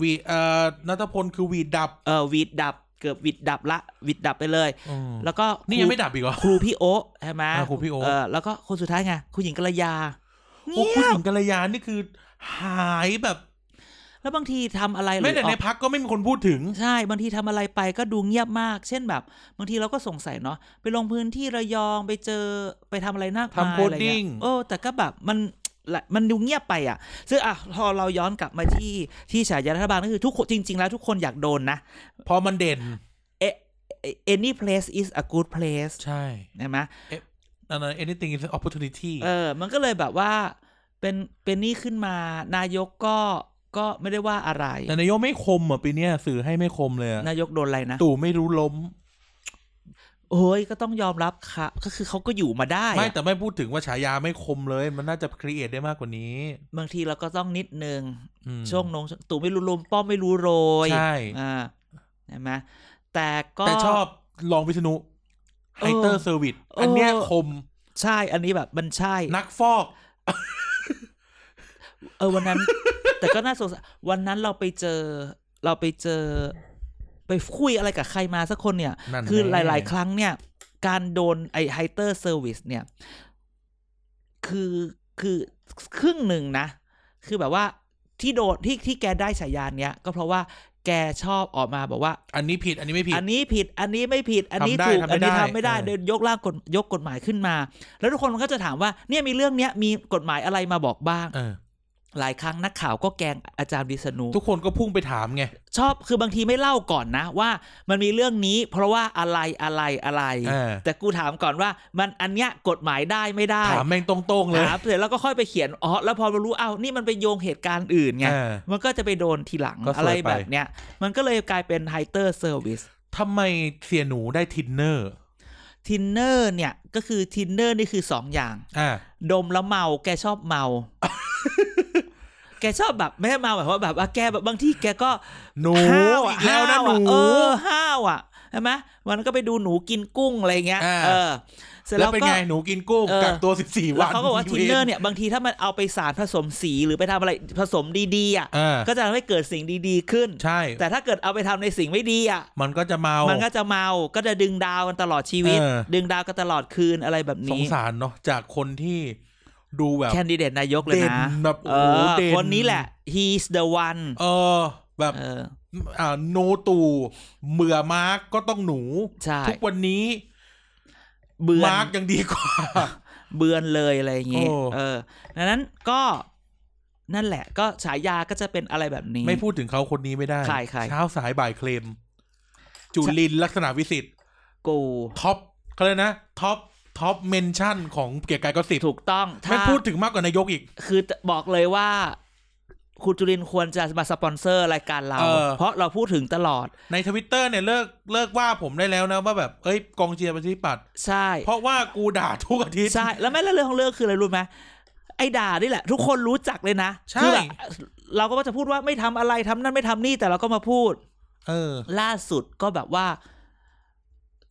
วีเอ่อนัทพลคือวีดับ
เออวีดดับเกือบวีดดับละวีดดับไปเลย
อืม
แล้วก็
นี่ยังไม่ดับอีกเหรอ
ครูพี่โอะใช่ไหม
อ่าครูพี่โอ๊ะ
เออแล้วก็คนสุดท้ายไงคุณหญิงกัลยา
โอ้
เงี
คุณห
ยบ
ญิงกัลยานี่คือ หายแบบ
แล้วบางทีทำอะไรหรือ
แม้แต่
อ
ใน
อก
พักก็ไม่มีคนพูดถึง
ใช่ บางทีทำอะไรไปก็ดูเงียบมาก เช่นแบบ บางทีเราก็สงสัยเนาะไปลงพื้นที่ระยองไปเจอไปทำอะไรน่ากมาย
ทำ
อะไรเงี้ย
coding
โอ้แต่ก็แบบมันละมันดูเงียบไปอ่ะ ซึ่งอ่ะพอเราย้อนกลับมาที่ที่ฉายารัฐบาลก็คือทุกคนจริง ๆ แล้วทุกคนอยากโดนนะ
พอมันเด่น
any place is a good place
ใช่
ใช่ไหม
อันนั้น anything is an opportunity
เออ มันก็เลยแบบว่าเป็นเป็นนี่ขึ้นมานายกก็ก็ไม่ได้ว่าอะไร
แต่นายกไม่คมอ่ะปีเนี้ยสื่อให้ไม่คมเลยอะ
นายกโดนอะไรนะ
ตู่ไม่รู้ล้ม
โอ้ยก็ต้องยอมรับค่ะ ก็คือเขาก็อยู่มาได้อะ
ไม่แต่ไม่พูดถึงว่าฉายาไม่คมเลย มันน่าจะครีเอทได้มากกว่านี้
บางทีเราก็ต้องนิดนึง
อืม
ช่วงนงตู่ไม่รู้ลมป้อมไม่รู้โรย
ใช่
อ่าใช่ไหมแต่ก็
แต่ชอบลองวิษณุไฮเตอ
เอ
ร์
อ
เซอร์วิส
เอออั
อันเนี้ยคม
ใช่อันนี้แบบมันใช่
นักฟอก
เออวันนั้น แต่ก็น่าสงสารวันนั้นเราไปเจอ เราไปเจอ ไปคุยอะไรกับใครมาสักคนเนี่ย
นั่น
คือห
แน่
ลาย ๆ ครั้งเนี่ย การโดนไอไฮเตอร์เซอร์วิสเนี่ย คือคือครึ่งหนึ่งนะ คือแบบว่าที่โดนที่ที่แกได้ฉายาเนี้ยก็เพราะว่าแกชอบออกมาบอกว่า
อันนี้ผิดอันนี้ไม่ผิด
อันนี้ผิด อันนี้ไม่ผิด อันนี้
ทำได้
ถูก
ทำไม่
อันนี้
ได้
ทำไม่ได้
เออ
เดินยกร่างกฎยกกฎหมายขึ้นมา แล้วทุกคนมันก็จะถามว่า เนี่ยมีเรื่องเนี้ยมีกฎหมายอะไรมาบอกบ้าง
เออ
หลายครั้งนักข่าวก็แกล้งอาจารย์วิษณุ
ทุกคนก็พุ่งไปถามไง
ชอบคือบางทีไม่เล่าก่อนนะ ว่ามันมีเรื่องนี้ เพราะว่าอะไรอะไรอะไร
เออ
แต่กูถามก่อนว่า มันอันเนี้ยกฎหมายได้ไม่ได้
ถามแม่งตรงๆเลย
ถามเสร็จแล้วก็ค่อยไปเขียนอ๋อแล้วพอมารู้เอ้านี่มันไปโยงเหตุการณ์อื่นไง
เออ
มันก็จะไปโดนทีหลัง
ก็สวย
อะไร
ไป
แบบเนี้ยมันก็เลยกลายเป็นไฮเตอร์เซอร์วิส
ทำไมเสียหนูได้ทินเนอร์
ทินเนอร์เนี่ยก็คือทินเนอร์นี่คือสองอย่าง
อ่า
ดมแล้วเมาแกชอบเมา แกชอบแบบไม่ใช่เมาแบบว่าแบบว่าแกแบบบางที่แกก็
หนู
ห้าวอีก
ห้าวนะหนู
เออห้าวอ่ะใช่ไหมวันนั้นก็ไปดูหนูกินกุ้งอะไรเงี้ย
อ่า
เออ เสร็จ
แล้
แล้ว ว
เป็น
ก็
ไงหนูกินกุ้ง
เออ
กักตัวสิบสี่
แล้
วั
วน เขาก็บอกว่าทินเนอร์
เ
เนี่ยบางทีถ้ามันเอาไปสารผสมสีหรือไปทำอะไรผสมดีๆอ่ะ
เออ
ก็จะทำให้เกิดสิ่งดีๆขึ้น
ใช่
แต่ถ้าเกิดเอาไปทำในสิ่งไม่ดีอ่ะ
มันก็จะเมา
มันก็จะเมา ก็จะดึงดาวกันตลอดชีวิต
เออ
ดึงดาวกันตลอดคืนอะไรแบบ
สง
นี้
สารเนาะจากคนที่ดูแบบ
แคนดิเดตนายกเลยนะ
เด่นแบบโอ้โห
เออ
เด่น
คนนี้แหละ he's the one
เออแบบ
เออ
อ่าโนตู่เบื่อมาร์กก็ต้องหนู
ใช่
ทุกวันนี้
เบือน
มาร์กยังดีกว่า
เบือนเลยอะไรอย่างงี้
โอ้
เออดังนั้นก็นั่นแหละ ก็ฉายาก็จะเป็นอะไรแบบนี้
ไม่พูดถึงเขาคนนี้ไม่ได้
ใครใคร
เช้าสายบ่ายเคลม จุลินลักษณะวิสิทธิ์
กู
ท็อปเขาเลยกนะท็อปท็อปเมนชั่นของเกียรติกายก็สิบ
ถูกต้อง
ไม่
ถ้า
พูดถึงมากกว่านายกอีก
คือบอกเลยว่า คุณจุรินทร์ควรจะมาสปอนเซอร์รายการเรา
เออ
เพราะเราพูดถึงตลอด
ในทวิตเตอร์เนี่ยเลิกเลิกว่าผมได้แล้วนะ ว่าแบบเอ้ยกองเชียร์ประชาธิปัตย์
ใช่
เพราะว่ากูด่าทุกอาทิตย์
ใช่ แล้วไม่และเรื่องของเรื่องคืออะไรรู้ไหม ไอ้ด่านี่แหละ ทุกคนรู้จักเลยนะ
ใช่
คือแบบเราก็จะพูดว่าไม่ทำอะไรทำนั่นไม่ทำนี่แต่เราก็มาพูด
เออ
ล่าสุดก็แบบว่า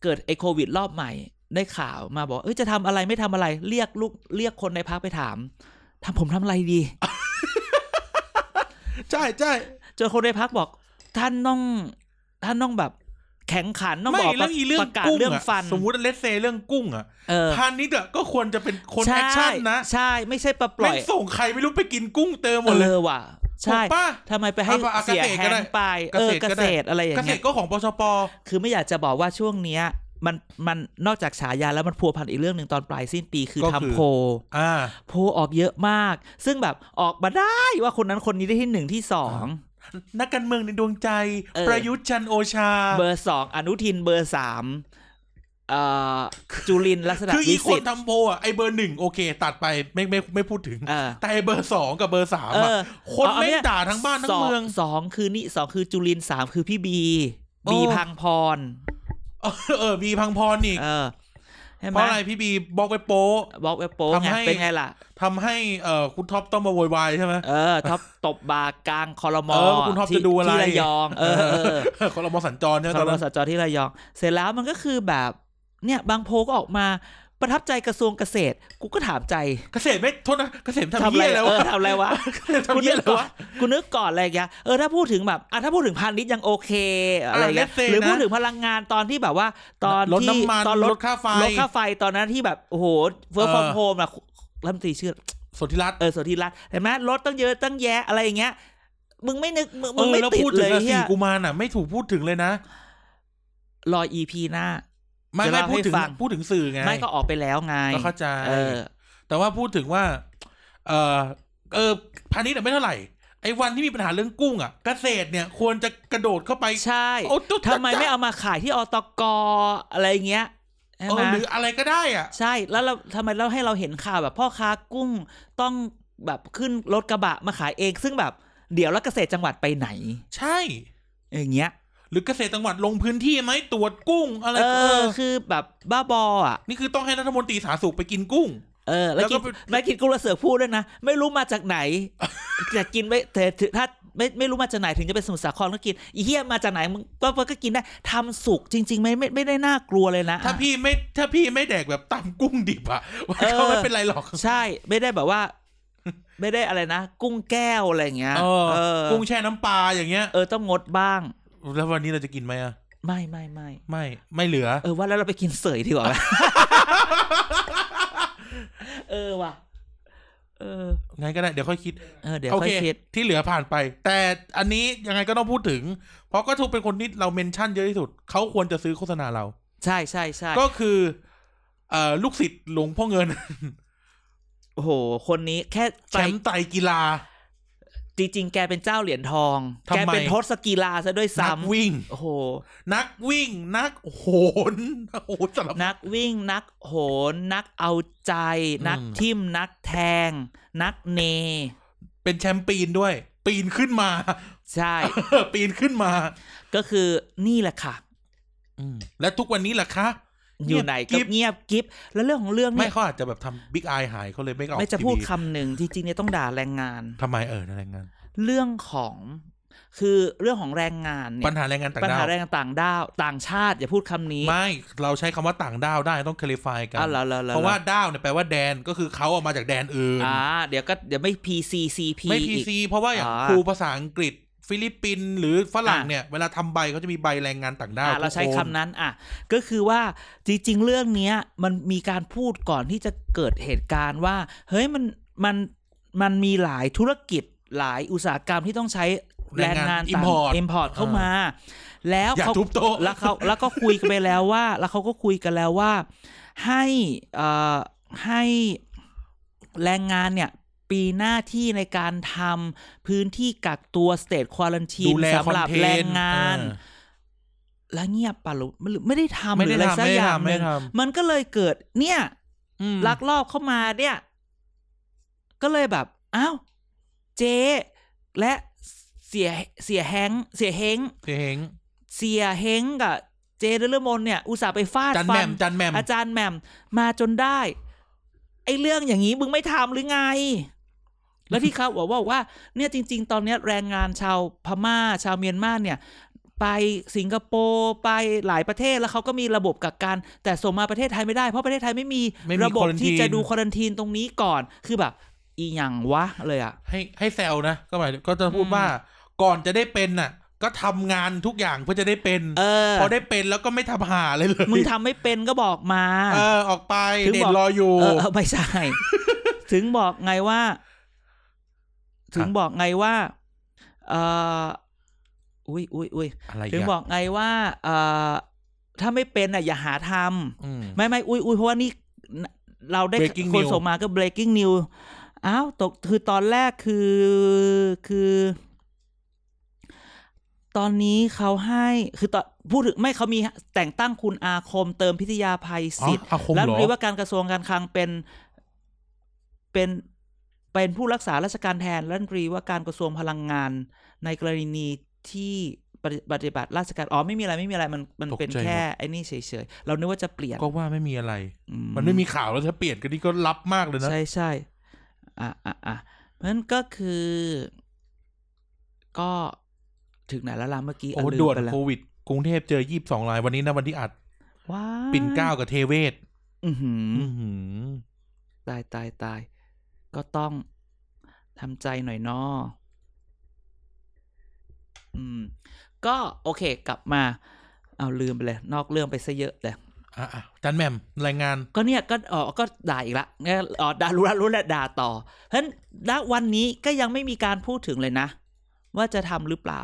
เกิดไอ้โควิดรอบใหม่ได้ข่าวมาบอกเอ้ยจะทำอะไรไม่ทำอะไร เรียกลูกเรียกคนในพักไปถามทำผมทำอะไร ดี
ใช่ใช่
จนคนในพักบอก ท่านต้อง ท่านต้องแบบ แข็งขันต้อง
ไม่
บอกป
แล้
ระ
วอีเรื่อง
ประกาศ
กุ้ง
เรื่อง
อะ
ฟัน
สมมติเลสเซเรื่องกุ้งอะ
เออ
พาณิชย์อะก็ควรจะเป็นคน
ใช่
แอคชั่นนะ
ใช่ไม่ใช่ปะปล่
แม่
อง ย
ส่งใครไม่รู้ไปกินกุ้งเติมหมดเลย
ออว่ะ
ถู
ใช่
กป้า
ทำไมไปให้
เอาเอา
เสีย
เกษตร
แฮ
ก็ได้
งไปเออ
เก
เก
ษตรก็ได้
ษตรอะไรอย่า
เก
ง
ษ
เงี้
ต
ย
รก็ของปชป
คือไม่อยากจะบอกว่าช่วงเนี้ย มันมันนอกจากฉายาแล้วมันพัวพันอีกเรื่องหนึ่งตอนปลายสิ้นปีคือ
ก็
ทำ
คือ
โพล
อ่า
โพลออกเยอะมาก ซึ่งแบบออกมาได้ว่าคนนั้นคนนี้ได้ที่หนึ่งที่สอง
นักการเมืองในดวงใจ
เออ
ประยุทธ์จันทร์โอชา
เบอร์สองอนุทินเบอร์สามเอ่อจุลินลักษณะ
คืออี
วิ
กค
สิ
น
ทธิ์
ทำโพลอะไอเบอร์หนึ่งโอเค ตัดไปไม่ไม่ไม่พูดถึง
เออ
แต่ไอ้เบอร์สองกับเบอร์สาม
เอ
อะ
อ
คน
เอา
ไม่
เนี่ย
ด่าทั้งบ้านทั้งเมือง
สสองคือนี่สองคือจุลินสามคือพี่บี
โอ้
บีพังพร
เออเออบีพังพรนี่
เออใช่ไห
เพ
ม
ราะอะไรพี่บีบล็อกไปโป๊ะ
บล็อกเว็บโป้
ทำ
ไง
ให้
เป็นไงล่ะ
ทำให้เอ่อคุณท็อปต้องมาโวยวายใช่ไหม
เออท็อปตบบาร์กลางคอรม
เออคุณท็อปจะดูอะไร
ที่ระยองเออเออ
คอรมอสัญจรใช่ไหม
ค
ต
อ
อน
ร
นั้น
สจที่ระยอง เสร็จแล้วมันก็คือแบบ เนี่ยบางโพลก็ออกมาประทับใจกระทรวงเกษตร กูก็ถามใจ
เกษตรไม่โทษนะเกษตรทำ
ทำอะ
เหี้
ไร
ยแล้ว
เอ
วะ
อทำอะไรวะ
เกษตร
กู
ทำเหี้
นึ
ย
ก
แล้ว
ก่อ
วะ
นกูนึกก่อนอะไรอย่างเงี้ยเออถ้าพูดถึงแบบอ่ะถ้าพูดถึงพาณิชย์ยังโอเคอะไรอย่างเงี้ย
อ่ะ let's say
หรือ
นะ
พูดถึงพลังงานตอนที่แบบว่า ตอน
ลด
ที่
น้ำมัน
ตอนล
ล
ด
ดค่าไฟ
ลดค่าไฟตอนนั้นที่แบบโอ้โหเฟิร์ฟ
เออ
ฟอร์มโฮมอะรัฐมนตรีชื่อ
สนธิรัตน์
เออสุทธิรัตน์เห็นไหมลดตั้งเยอะตั้งแยะอะไรอย่างเงี้ยมึงไม่นึกมึง
เอ
มึง
อ
ไม่
แล้ว
ติด
พูดถึ
เล
ง
ย
ราศี
เฮีย
กุมารน่ะ ไม่ถูกพูดถึงเลยนะ
รออีพีหน้า
ไม่
จะ
ไม่
เล่า
พูดถึง
ให้ฟัง
พูดถึงสื่อไง
ไม่ก็ออกไปแล้วไง
ก็เข้าใจ
เออ
แต่ว่าพูดถึงว่า เออเออพาณิชย์น่ะไม่เท่าไหร่ ไอ้วันที่มีปัญหาเรื่องกุ้งอ่ะ เกษตรเนี่ยควรจะกระโดดเข้าไป
ใช่
โอ้ตุ๊ด
ทำไมไม่เอามาขายที่อตกอะไรเงี้ยใช่
เออ
ไหม
หรืออะไรก็ได้อ่ะ
ใช่แล้วเราทำไมเราให้เราเห็นข่าวแบบพ่อค้ากุ้งต้องแบบขึ้นรถกระบะมาขายเอง ซึ่งแบบเดี๋ยวแล้วเกษตรจังหวัดไปไหน
ใช่
อย่างเงี้ย
หรือเกษตรจังหวัดลงพื้นที่ไหมตรวจกุ้งอะไร
เอ
ก็เอ
อ
อ
คือแบบบ้าบออ่ะ
นี่คือต้องให้รัฐมนตรีสาธารณสุขไปกินกุ้ง
เออแล้วกิ
แล้
น
วก็
แล้วกินกุ้งและเสือกพูดด้วยนะ ไม่รู้มาจากไหน แต่กินไว้แต่ถึงถ้าไม่ไม่รู้มาจากไหนถึงจะเป็นสมุทรสาครก็กินอีเหี้ยมาจากไหนมึงก็ก็กินได้ทำสุกจริงๆไหมไม่ไม่ได้น่ากลัวเลยนะ
ถ้าพี่ไม่ถ้าพี่ไม่แดกแบบตำกุ้งดิบอ่ะ มันก็
เออ
ไม่เป็นไรหรอก
ใช่ไม่ได้แบบว่า ไม่ได้อะไรนะ กุ้งแก้วอะไรอย่างเงี้ย
เออ
เออ
กุ้งแช่น้ำปลาอย่างเงี้ย
เออต้องงดบ้าง
แล้ววันนี้เราจะกินไหมอ่ะ
ไม่ไม่ไม่
ไม่ไม่เหลือ
เออว่าแล้วเราไปกินเสย ดีกว่าไหม เออว่ะเออ
งั้นก็ได้เดี๋ยวค่อยคิด
เออเดี๋ยว
โอ
ค่อ
เค
ยคิด
ที่เหลือผ่านไป แต่อันนี้ยังไงก็ต้องพูดถึง เพราะก็ถูกเป็นคนที่เราเมนชั่นเยอะที่สุด เขาควรจะซื้อโฆษณาเรา
ใช่ใช่ใช่
ก็คือเอ่อลูกศิษย์หลวงพ่อเงิน
โอ้โห คนนี้แค่
แชมป์ไตรกีฬา
จริง ๆ แกเป็นเจ้าเหรียญทอง
ทำไม
แกเป็นทศกีฬาซะด้วย
นัก
ซ้ำ
วิ่ง
โอ้โห
นักวิ่ง นักโหนโอ้โหสารพัด
นักวิ่งนักโหน นักเอาใจ นัก
อืม
ทิมนักแทง นักเน
เป็นแชมป์ปีนด้วย ปีนขึ้นมา
ใช่
ปีนขึ้นมา
ก็คือนี่แหละค่ะ
อืมและทุกวันนี้ล่ะคะ
อยู่ไหน
เงี
ก็
ยบกิ๊บ
เงียบกิ๊บแล้วเรื่องของเรื่อง
ไม่
เนี่ย
เขาอาจจะแบบทำบิ๊กไอหายเขาเลยไม่ออก
ไม่จะ
ที
พูด
วี
คำหนึ่งจริงๆเนี่ยต้องด่าแรงงาน
ทำไมเออนั่นแรงงาน
เรื่องของคือเรื่องของแรงงานเนี่
ปัญ
ย
หาแรงงานต่าง
ปัญ
ด้า
หาว แรงงานต่างด้าวต่างชาติอย่าพูดคำนี้
ไม่เราใช้คำว่าต่างด้าวได้ต้องเคลียร์ไฟกัน
อ้าวเหรอเหรอหอ
เพราะว่าด้าวเนี่ยแปลว่าแดนก็คือเขาออกมาจากแดนอื่น
อ่าเดี๋ยวก็เดี๋ยวไม่ PCCP
ไม่พี
อีก
ซีเพราะว่าอย่าง
อ่า
ครูภาษาอังกฤษ ฟิลิปปินส์หรือฝรั่ง
อ่ะ
เนี่ยเวลาทำใบเขาจะมีใบแรงงานต่างด้าว
อ่าเราใช้
ทุก
คำนั้นอ่ะก็คือว่าจริงๆ เรื่องเนี้ยมันมีการพูดก่อนที่จะเกิดเหตุการณ์ว่า เฮ้ยมันมันมันมีหลายธุรกิจหลายอุตสาหกรรมที่ต้องใช้แรงงาน
อิม
ต่าง
พอร์ต
import เข้ามา แล้ว
อย่า
เขา
ทุบโต๊ะ
แล้วเขาแล้วก็คุยกันไปแล้วว่า แล้วเขาก็คุยกันแล้วว่า ให้เอ่อให้แรงงานเนี่ยปีหน้าที่ในการทำพื้นที่กักตัวสเต e ควอลันที
ดู
น
แลค
สำ
อน
หรับ
เท
แร
น
ง
ต์
งาน
เออ
แล้วเงียบปะหรือหรือไม่ได้ทำ
ไม่
หรื
ได้
ออะ
ทำ
ไรสัก
ไม่ได้
อย่าง
ทำไม่ได้
หนึ่ง
ทำ
มันก็เลยเกิดเนี่ย
อืม
ลักลอบเข้ามาเนี่ย ก็เลยแบบ อ้าว เจ๊และเสียเสียแฮงเสียเฮง
เสียเฮง
เสียเฮงกับเจเดลมนเนี่ย อุตส่าห์ไปฟาด
จัน
ฟั
แหม่มจันแหม่ม
อาจารย์แหม่มมาจนได้ ไอ้เรื่องอย่างนี้มึงไม่ทำหรือไง แล้วที่เขาบอกว่าว่า เนี่ยจริง ๆ ตอนเนี้ยแรงงานชาวพม่าชาวเมียนมาเนี่ย ไปสิงคโปร์ไปหลายประเทศแล้วเขาก็มีระบบกักกัน แต่ส่งมาประเทศไทยไม่ได้เพราะประเทศไทยไม่มี
ไม่มี
ระบบที่
quarantine
จะดูควอรันทีนตรงนี้ก่อน คือแบบ อีหยังวะเลยอะ
ให้ให้แซวนะก็หมายก็จะพูด
อืม
ว่าก่อนจะได้เป็นน่ะ ก็ทำงานทุกอย่างเพื่อจะได้เป็น
เออ
พอได้เป็นแล้วก็ไม่ทำหาเลยเลย
มึงทำไม่เป็นก็บอกมา
เออออกไป
ถึง
เด็ด
บอก
รออยู่
เอ อเออไม่ใช่ ถึงบอกไงว่า ถึงบอกไงว่าเอออุ้ยอุ้ยอุ้ย
อะไร
ถึง
ย่าง
บอกไงว่าเออถ้าไม่เป็นอ่ะ อย่าหาท
อืม
ำไม่ไม่อุ้ยอุ้ยเพราะว่านี่เราได้
Breaking
คน
news
ส่งมาก็ breaking news อ้าวตกคือตอนแรกคือคือ ตอนนี้เขาให้คือตอนพูดถึงไม่เขามีแต่งตั้งคุณอาคมเติมพิทยาภัย
อ๋อ
สิทธิ
อาคม
รัฐ
เห
ม
ร
น
อ
ตรีว่าการกระทรวงการคลังเป็นเป็นเป็นผู้รักษาราชการแทนรัฐมนตรีว่าการกระทรวงพลังงาน ในกรณีที่ปฏิปฏิบัติราชการอ๋อไม่มีอะไรไม่มีอะไรมันมันเป็นแค่ไอ้นี่เฉยๆเรานึกว่าจะเปลี่ยน
ก็ว่าไม่มีอะไร
อื
มันไม่มีข่าวแล้วถ้าเปลี่ยนก็นี่ก็ลับมากเลยนะ
ใช่ใช่อ่ะอ่ะอ่ะเพราะฉะนั้นก็คือ ก็ถึงไหนแล้วล่ะเมื่อ
โอ้
กี้ะลืม
ด่วน
ไปแล้
โควิด กรุงเทพเจอยี่สิบสองรายวันนี้นะวันที่อัด
ว้า
ปิ่นเกล้ากับเทเวศ
อือหือ
อื้อหือ
ตายตายตาย ก็ต้องทำใจหน่อยนออืม ก็โอเคกลับมา เอาลืมไปเลย นอกเรื่องไปซะเยอะเลย
อ่ะอ่ะจันแหม่มรายงาน
ก็เนี่ยก็อ๋อก็ด่าอีกละเนี่ยอ๋อด่ารู้ละรู้ละด่าต่อ เพราะฉะนั้นณวันนี้ก็ยังไม่มีการพูดถึงเลยนะ ว่าจะทำหรือเปล่า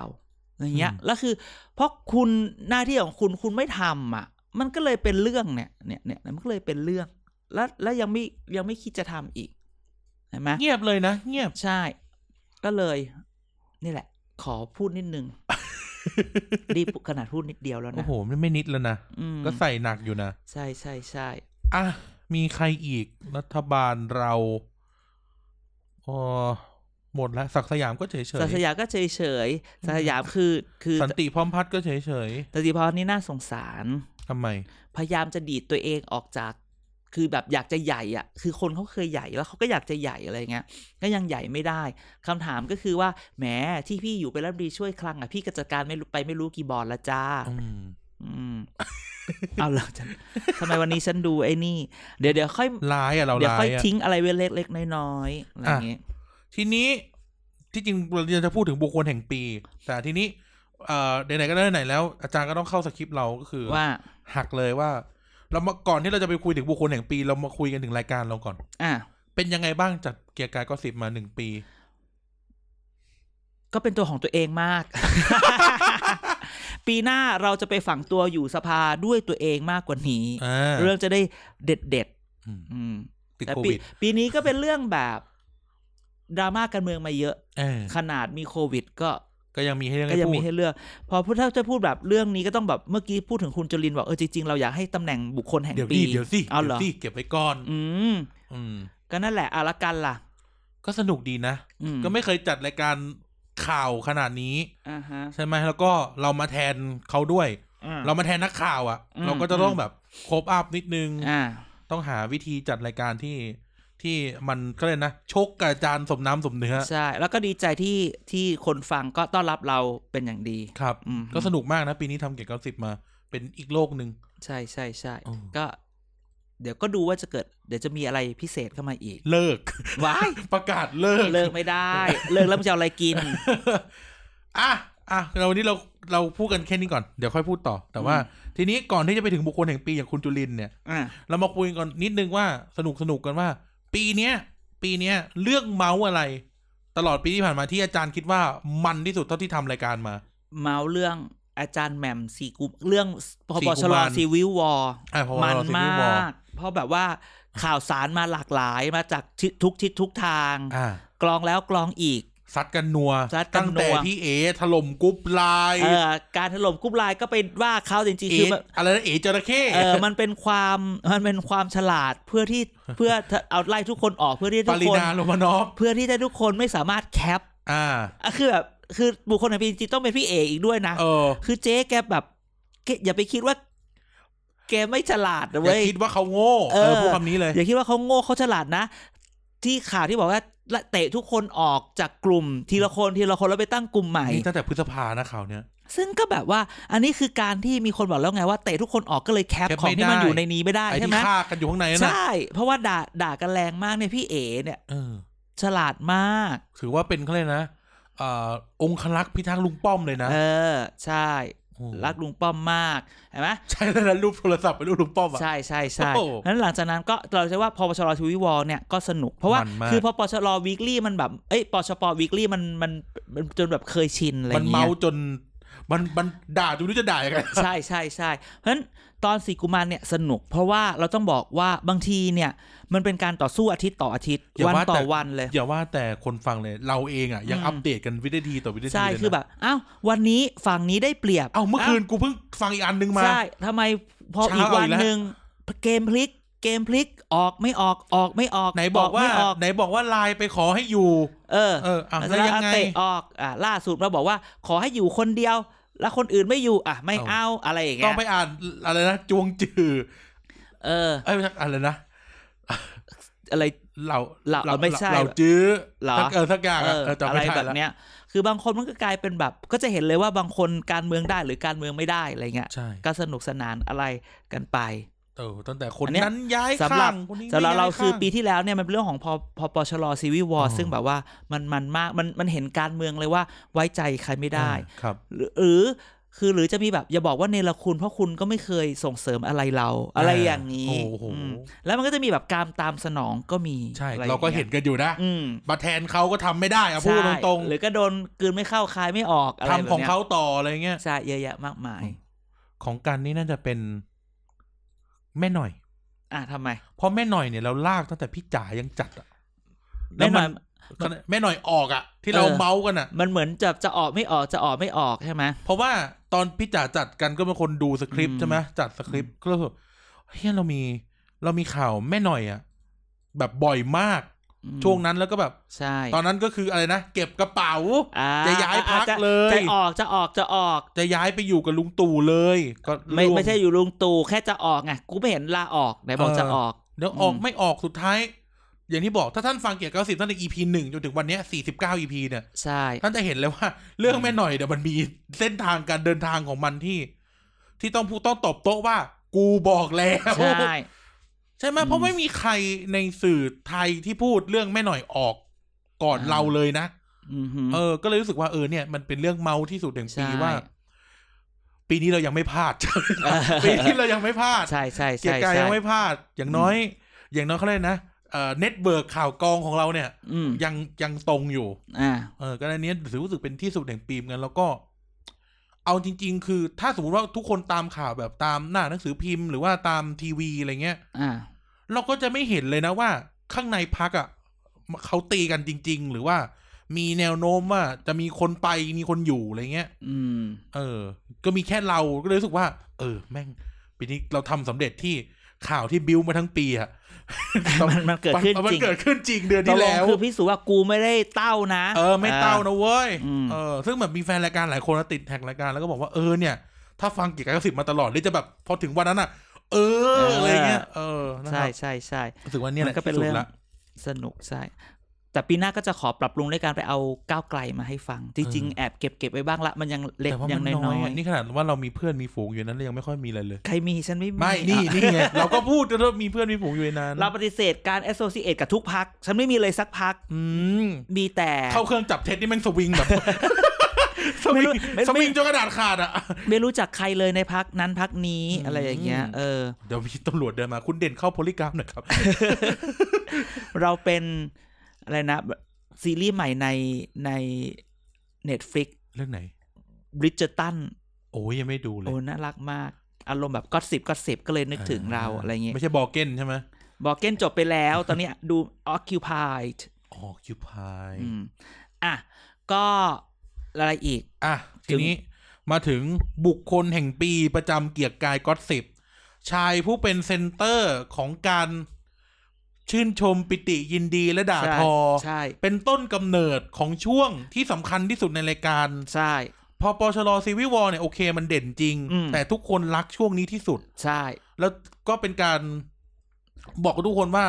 อย่างเงี้ยแล้วคือ เพราะคุณหน้าที่ของคุณคุณไม่ทำอ่ะ มันก็เลยเป็นเรื่องเนี่ยเนี่ยเนี่ยมันก็เลยเป็นเรื่อง แล้วแล้วยังไม่ยังไม่คิดจะทำอีกใช่ไหม
เงียบเลยนะ เงียบ
ใช่ ก็เลย นี่แหละ ขอพูดนิด นึง รีบขนาดพูดนิดเดียวแล้ว
โอ้
นะ
โหนี่ไม่นิดแล้วนะ
อืม
ก็ใส่หนักอยู่นะ
ใช่ใช่ใช่
อ่ะ มีใครอีกรัฐบาลเราอ๋อหมดแล้วศักดิ์สยามก็เฉยเฉ
สั
ย
ตยาก็เฉยเฉยๆสัตยามคือคือ
สันติพร้อมพัฒน์ก็เฉยเฉย
ตติพรนี่น่าสงสาร
ทำไม
พยายามจะดีดตัวเองออกจาก คือแบบอยากจะใหญ่อะคือคนเขาเคยใหญ่แล้วเขาก็อยากจะใหญ่อะไรเงี้ย ก็ยังใหญ่ไม่ได้คำถามก็คือว่า แหมที่พี่อยู่เป็นรัฐมนตรีช่วยคลังอะพี่กจัดการไม่รู้ไปไม่รู้กี่บอร์ดละจ้า
อืม
อืม เอาละฉันทำไมวันนี้ฉันดูไอ้นี่ เดี๋ยวเดี๋ยวค่อย
ร้ายอ่ะเรา
เดี๋ยว
ร้า
ค่อย ย
อ่ะ
ทิ้งอะไรไว้เล็กๆน้อยๆอะไรอย่างเงี้ย
ทีนี้ที่จริงเราจะพูดถึงบุคคลแห่งปี แต่ทีนี้เอ่อไหนๆก็ได้ไหนแล้ว อาจารย์ก็ต้องเข้าสคริปต์เราก็คือ
ว่า
หักเลยว่า เรามาก่อนที่เราจะไปคุยถึงบุคคลแห่งปี เรามาคุยกันถึงรายการเราก่อน
อ่ะ
เป็นยังไงบ้างจัดเกียร์กายก็สิบมาหนึ่งปี
ก็เป็นตัวของตัวเองมาก ปีหน้าเราจะไปฝังตัวอยู่สภาด้วยตัวเองมากกว่านี้
อ่า
เรื่องจะได้เด็ดเด็ด
อืม
ๆอืม
ติด
แต่
โค
ปี
วิด
ปีนี้ก็เป็นเรื่องแบบดราม่าการเมืองมาเยอะ
เออ
ขนาดมีโควิด ก็
ก็ยังมีให้เรื่อง
ก็
ให้
ยัง
พู
มี
ด
ให้เลือก พอพูดถ้าจะพูดแบบเรื่องนี้ก็ต้องแบบเมื่อกี้พูดถึงคุณจรินบอกเออจริงๆเราอยากให้ตำแหน่งบุคคลแห่ง
เดี๋ยว
ปี
ดีเดี๋ยวสิ
เอาเหร
เดี๋ย
อ
วสิเก็บไว้ก่อน
อืม
อืม
ก็นั่นแหละอาละกันล่ะ
ก็สนุกดีนะ
อืม
ก็ไม่เคยจัดรายการข่าวขนาดนี้
อ่าฮะ
ใช่ไหมแล้วก็เรามาแทนเขาด้วย
อ่
เรามาแทนนักข่าวอะ่ะ
อืม
เราก็จะต้องแบบโคบอัพนิดนึง
อ่า
ต้องหาวิธีจัดรายการที่ที่มันก็เลยกนะ ชกกับอาจารย์สมน้ำสมเนื้อ
ใช่ แล้วก็ดีใจที่ที่คนฟังก็ต้อนรับเราเป็นอย่างดี
ครับ
อืม
ก็สนุกมากนะ ปีนี้ทำเกียรติเก้าสิบมา เป็นอีกโลกหนึ่ง
ใช่ใช่ใช่
อืม
ก็ เดี๋ยวก็ดูว่าจะเกิด เดี๋ยวจะมีอะไรพิเศษเข้ามาอี ก
เลิก
ว้าย
ประกาศเลิก
เลิกไม่ได้ เลิกแล้วมันจะเอาอะไรกิน
อ่ะอ่ะเราวันนี้เราเราพูดกันแค่นี้ก่อนเดี๋ยวค่อยพูดต่อ แต่ว่า
อื
ทีนี้ก่อนที่จะไปถึงบุคคลแห่งปีอย่างคุณจุลินเนี่ย
อ่ะ
เรามาคุยกันนิดนึงว่าสนุกสนุกกันว่า ปีเนี้ย ปีเนี้ยเรื่องเมาส์อะไร ตลอดปีที่ผ่านมาที่อาจารย์คิดว่ามันที่สุดเท่าที่ทำรายการมา
เมาเรื่องอาจารย์แหม่มสีกุมเรื่องพ
สี่
บ
กุม
ชล
ภาพันธ์
ซีวิววอ
อ่ะพอ
มัน
เราซี
ม
รีส์วอ
าก เพราะแบบว่าข่าวสารมาหลากหลายมาจากทิศทุกทิศทุกทาง
อ่ะ
กลองแล้วกลองอีก
ซัดกันนัว
ซัดกัน
ตั้ง
นัว
แต่พี่เอถล่มกรุ๊ปไลน์
เอ่อการถล่มกรุ๊ปไลน์ก็ไปว่าเขาจริง
เอ
ๆคือแบบ
อะไรนะเอจระเข้
เออมันเป็นความมันเป็นความฉลาดเพื่อที่เพื่อเอาไล่ทุกคนออกเพื่อที่ทุ
ปากริ
คน
นาโรมานอฟ
เพื่อที่จะทุกคนไม่สามารถแคป
อ่า
อ่ะคือแบบคือบุคคลในพีจริงๆต้องเป็นพี่เอกอีกด้วยนะ
เออ
คือเจ๊แกแบบแกอย่าไปคิดว่า แกไม่ฉลาด
อ
นะ
ย่า
เว้ย
คิดว่าเขาโง่เอ
เออ
อพูดคำนี้เลย
อย่าคิดว่าเขาโง่เขาฉลาดนะ ที่ข่าวที่บอกว่าละเตะทุกคนออกจากกลุ่ม ทีละคนทีละคนแล้วไปตั้งกลุ่มใหม่
นี่ตั้งแต่พฤษภานะข่าวเนี้ย
ซึ่งก็แบบว่า อันนี้คือการที่มีคนบอกแล้วไงว่าเตะทุกคนออกก็เลยแคป
แคป
ของที่มัน
ไม่ได้
อยู่ในนี้ไม่ได้
ไอ้
ใช่
ที่
ไหม
ฆ่ากันอยู่ข้างในนั่นน่ะ
ใช่ เพราะว่าด่าด่ากันแรงมากเนี่ยพี่เอเนี่ย
เออ
ฉลาดมาก
ถือว่าเป็นเขาเลยกนะเอ่อองคลักษ์พิทักษ์ลุงป้อมเลยนะ
เออ ใช่
โอ้โห
รักลุงป้อมมากเห็นไหม
ใช่แล้วนะรูปโทรศัพท์เป็นรูปลุงป้อมอ่ะ
ใช่ใช่ใช่
โอ้โห
นั้นหลังจากนั้นก็เราจะว่าพอปชรทวีวอลเนี่ยก็สนุก เพราะว่าม
นมาก
คือพอปชรวีคลี่มันแบบเอ้ยปชปวีคลี่มันมันมันจนแบบเคยชินอะไรอ
มัน
ย่างเงี้
เมาย จนมันมันด่าจนไม่รู้จะด่ายังไง
ใช่ใช่ใช่เพราะฉะนั้นตอนสีกุมารเนี่ยสนุก เพราะว่าเราต้องบอกว่าบางทีเนี่ย มันเป็นการต่อสู้อาทิตย์ต่ออาทิตย์
ย่า
วัน
ว่า
ต่อ
แ
วันเลย
อย่าว่าแต่คนฟังเลย เราเองอ่ะยัง
อืม
อัปเดตกันวินาทีต่อวินาที
ใช่
เลยนะ
คือแบบอ้าววันนี้ฝั่งนี้ได้เปรียบ
เอ้าเมื่อคื
ว
นกูเพิ่งฟังอีกอันนึงมา
ใช่ทำไมพอ
เช้า
อีกวัน
อีกแล้ว
หนึ่งเกมพลิก เกมพลิกออกไม่ออกออกไม่ออก
ไหนบอกว่า
ไม่ออก
ไหนบอกว่าไลน์ไปขอให้อยู่
เออ
เอออ่ะ
แล้ว
แล้วยังไง
เตะออกอ่ะล่าสุดเราบอกว่าขอให้อยู่คนเดียว แล้วคนอื่นไม่อยู่อ่ะไม่
เอา
เอาอะไรอย่าง
ต้อ
เงี้
ง
ย
ไปอ่านอะไรนะจวงจือ
เออ
เอ้ยไม่ใช่อะไรนะ
อะไร
เหล่า
เหล่าไม่ใช่
เหล่าจื้อ
เหรอ
สักเออสักอย่าง
เอ
อะ
อ
เออจำ
อะไร
ไม่ได้
แบบ
ละ
เนี้ย คือบางคนมันก็กลายเป็นแบบ ก็จะเห็นเลยว่าบางคนการเมืองได้หรือการเมืองไม่ได้อะไรเงี้ย
ใช่
ก็สนุกสนานอะไรกันไป
เออตั้งแต่คน
อันเนี้ย
นั้นย้าย
สำหรั
ข้า
บ
งคนนี้
สำหรับ
ไม่ย้ย
เราคือ
ข้ง
ปีที่แล้วเนี่ยมันเป็นเรื่องของพอพอปชรซีวิวอ
อ๋
ร์
อ
ซึ่งแบบว่ามันมันมากมันมันเห็นการเมืองเลยว่าไว้ใจใครไม่ได้
เออครับ
หรือหรือคือหรือจะมีแบบอย่าบอกว่าเนรคุณเพราะคุณก็ไม่เคยส่งเสริมอะไรเรา อะไรอย่างนี้
โอ้โห
อืมแล้วมันก็จะมีแบบการตามสนองก็มี
ใช่
อะไรอย่งงี้ย
เราก็เห็นกันอยู่นะ
อืม
มาแทนเขาก็ทำไม่ได้อะพูด
ใช่
ตรง
หรือก็โดนกลืนไม่เข้าคายไม่ออกอะไร
ๆ
แบ
ทำ
บนี้ย
ของเขาต่ออะไรเงี้ย
ใช่เยอะแยะมากมาย
อืม ของกันนี่น่าจะเป็น แม่หน่อย
อ่ะทำไม
เพราะแม่หน่อยเนี่ยเราลากตั้งแต่พี่จ๋ายังจัดอะแล้
แม่
ว
ห
มั
น่อน ย
แม่หน่อยออกอะที่เรา
เออ
เมาส์กันอะ
มันเหมือนจะจะออกไม่ออกจะออกไม่ออกใช่ไหม
เพราะว่าตอนพี่จ๋าจัดกันก็เป็นคนดูสคริป
อื
ต์
ม
ใช่ไหมจัดสคริปต์ก็รู้สึกเฮ้ยเรามี เรามีข่าวแม่หน่อยอะแบบบ่อยมาก
อืม
ช่วงนั้นแล้วก็แบบ
ใช่
ตอนนั้นก็คืออะไรนะเก็บกระเป๋า
อ่
จะย้าย
อ่
พรรค
จะ
เลย
จะออกจะออกจะออก
จะย้ายไปอยู่กับลุงตู่เลย ก็
ไม่
ร่ว
ไม่ใช่อยู่ลุงตู่แค่จะออกไงกูไม่เห็นลาออกไหนบอกจะออก
เดี๋ยวออกไม่ออกสุดท้าย อย่างที่บอกถ้าท่านฟังเกียร์เก้าสิบท่านใน EP หนึ่งจนถึงวันเนี้สี่สิบเก้า EP เนี่ย
ใช่
ท่านจะเห็นเลยว่า เรื่องแม่หน่อยเดี๋ยวมันมีเส้นทางการเดินทางของมันที่ ที่ต้องพูดต้องตอบโต้ว่า กูบอกแล้ว
ใช่
ใช่ไหม
อืม
เพราะไม่มีใครในสื่อไทยที่พูดเรื่องแม่หน่อยออกก่อน
อ่า
เราเลยนะ
อือหือ
เออ ก็เลยรู้สึกว่าเออเนี่ยมันเป็นเรื่องเมาที่สุดแห่งปี
ใช่
ว่า ปีนี้เรายังไม่พ ลาด
เออ
ปีนี้เรายังไม่พลาด
ใช่ใช่
เกีย
ใช่
ร์กาย
ใช่
ยังไม่พลาด อย่างน้อย อย่างน้อยเขาเรียกนะเอ่อเน็ตเบิร์กข่าวกองของเราเนี่ย
อืม
ยังยังตรงอยู่
อ่า
เออก็อันเนี้ยถือรู้สึกเป็นที่สุดแห่งปีเหมอนกันแล้วก็ เอาจริง ๆ คือถ้าสมมติว่าทุกคนตามข่าวแบบตามหน้าหนังสือพิมพ์หรือว่าตามทีวีอะไรเงี้ย
อ่า
เราก็จะไม่เห็นเลยนะว่าข้างในพักอ่ะเขาตีกันจริง ๆ หรือว่ามีแนวโน้มว่าจะมีคนไปมีคนอยู่อะไรเงี้ย
อืม
เออ ก็มีแค่เราก็เลยรู้สึกว่า เออ แม่งปีนี้เราทำสำเร็จที่ข่าวที่บิวมาทั้งปีอะ
มันมันเกิดขึ้น
มั
จริง
เกิดขึ้นจริงเดือน
ตก
ที่
ลง
แล้ว
คือพิสูจน์ว่ากูไม่ได้เต้านะ
เออ ไม่เต้านะเว้ย
อืม
เออ ซึ่งแบบมีแฟนรายการหลายคนติดแท็กรายการแล้วก็บอกว่าเออเนี่ย ถ้าฟังเกี่ยวกับสิบมาตลอดเลยจะแบบพอถึงวันนั้นอ่ะ เอออะไรเงี้ย เออนะค
ใช่
รับ
ใช่ใช่
รู้สึกว่าเนี่ยแหละ
มันก็เป็น
ที่สุด
เรื่อง
ละ
สนุกใช่ แต่ปีหน้าก็จะขอปรับปรุงด้วยการไปเอาก้าวไกลมาให้ฟัง จริง
เออ
ๆ แอบเก็บเก็บไว้บ้างละ มันยังเล็ก
แต่ว่า
ยั
มั
ง
น
น้
น้
อ
อย ย
ๆ
อะนี่ขนาดว่าเรามีเพื่อนมีฝูงอยู่นั้นเรายังไม่ค่อยมีอะไรเลย
ใครมีฉันไม่มี
ไม่ นี่
อ่ะ
นี่ไงเราก็พูดจะมีเพื่อนมีฝูงอยู่ในนั้น
เราปฏิเสธการแอสโซเ t ตกับทุกพัก ฉันไม่มีเลยสักพัก
อืม
มีแต่
เข้าเครื่องจับเท็จนี่แม่งสวิงแบบ ส
ไม่
วิ ง
รู้ไม่
ส
ไม่
วิงจนกระดาษขาดอ่ะ
ไม่รู้จักใครเลยในพักนั้นพักนี้
อืม
อะไรอย่างเงี้ย เออ
เดี๋ยวมีตำรวจเดินมาคุณเด่นเข้าโพลิกราฟหน่อยครับ
เราเป็นอะไรนะ ซีรีส์ใหม่ในใน Netflix
เรื่องไหน
บริจตัน
โอ้ยยังไม่ดูเลย
โอ้น่ารักมาก อารมณ์แบบก็สิบก็สิบก็เลยนึกถึงเราอะไรเงี้ย
ไม่ใช่บอร์เกนใช่ไหม
บอกเก้นจบไปแล้ว ตอนเนี้ยดู occupied
อ๋อคิวพาย
อืมอ่ะก็อะไรอีก
อ่ะ ทีนี้มาถึงบุคคลแห่งปีประจำเกียรติกายก็สิบชายผู้เป็นเซนเตอร์ของการชื่นชมปิติยินดีและด่าทอ
ใช่
เป็นต้นกำเนิดของช่วงที่สำคัญที่สุดในรายการ
ใช่
พอปชรซีวิวอลเนี่ยโอเคมันเด่นจริง
อืม
แต่ทุกคนรักช่วงนี้ที่สุด
ใช่
แล้วก็เป็นการบอกกับทุกคนว่า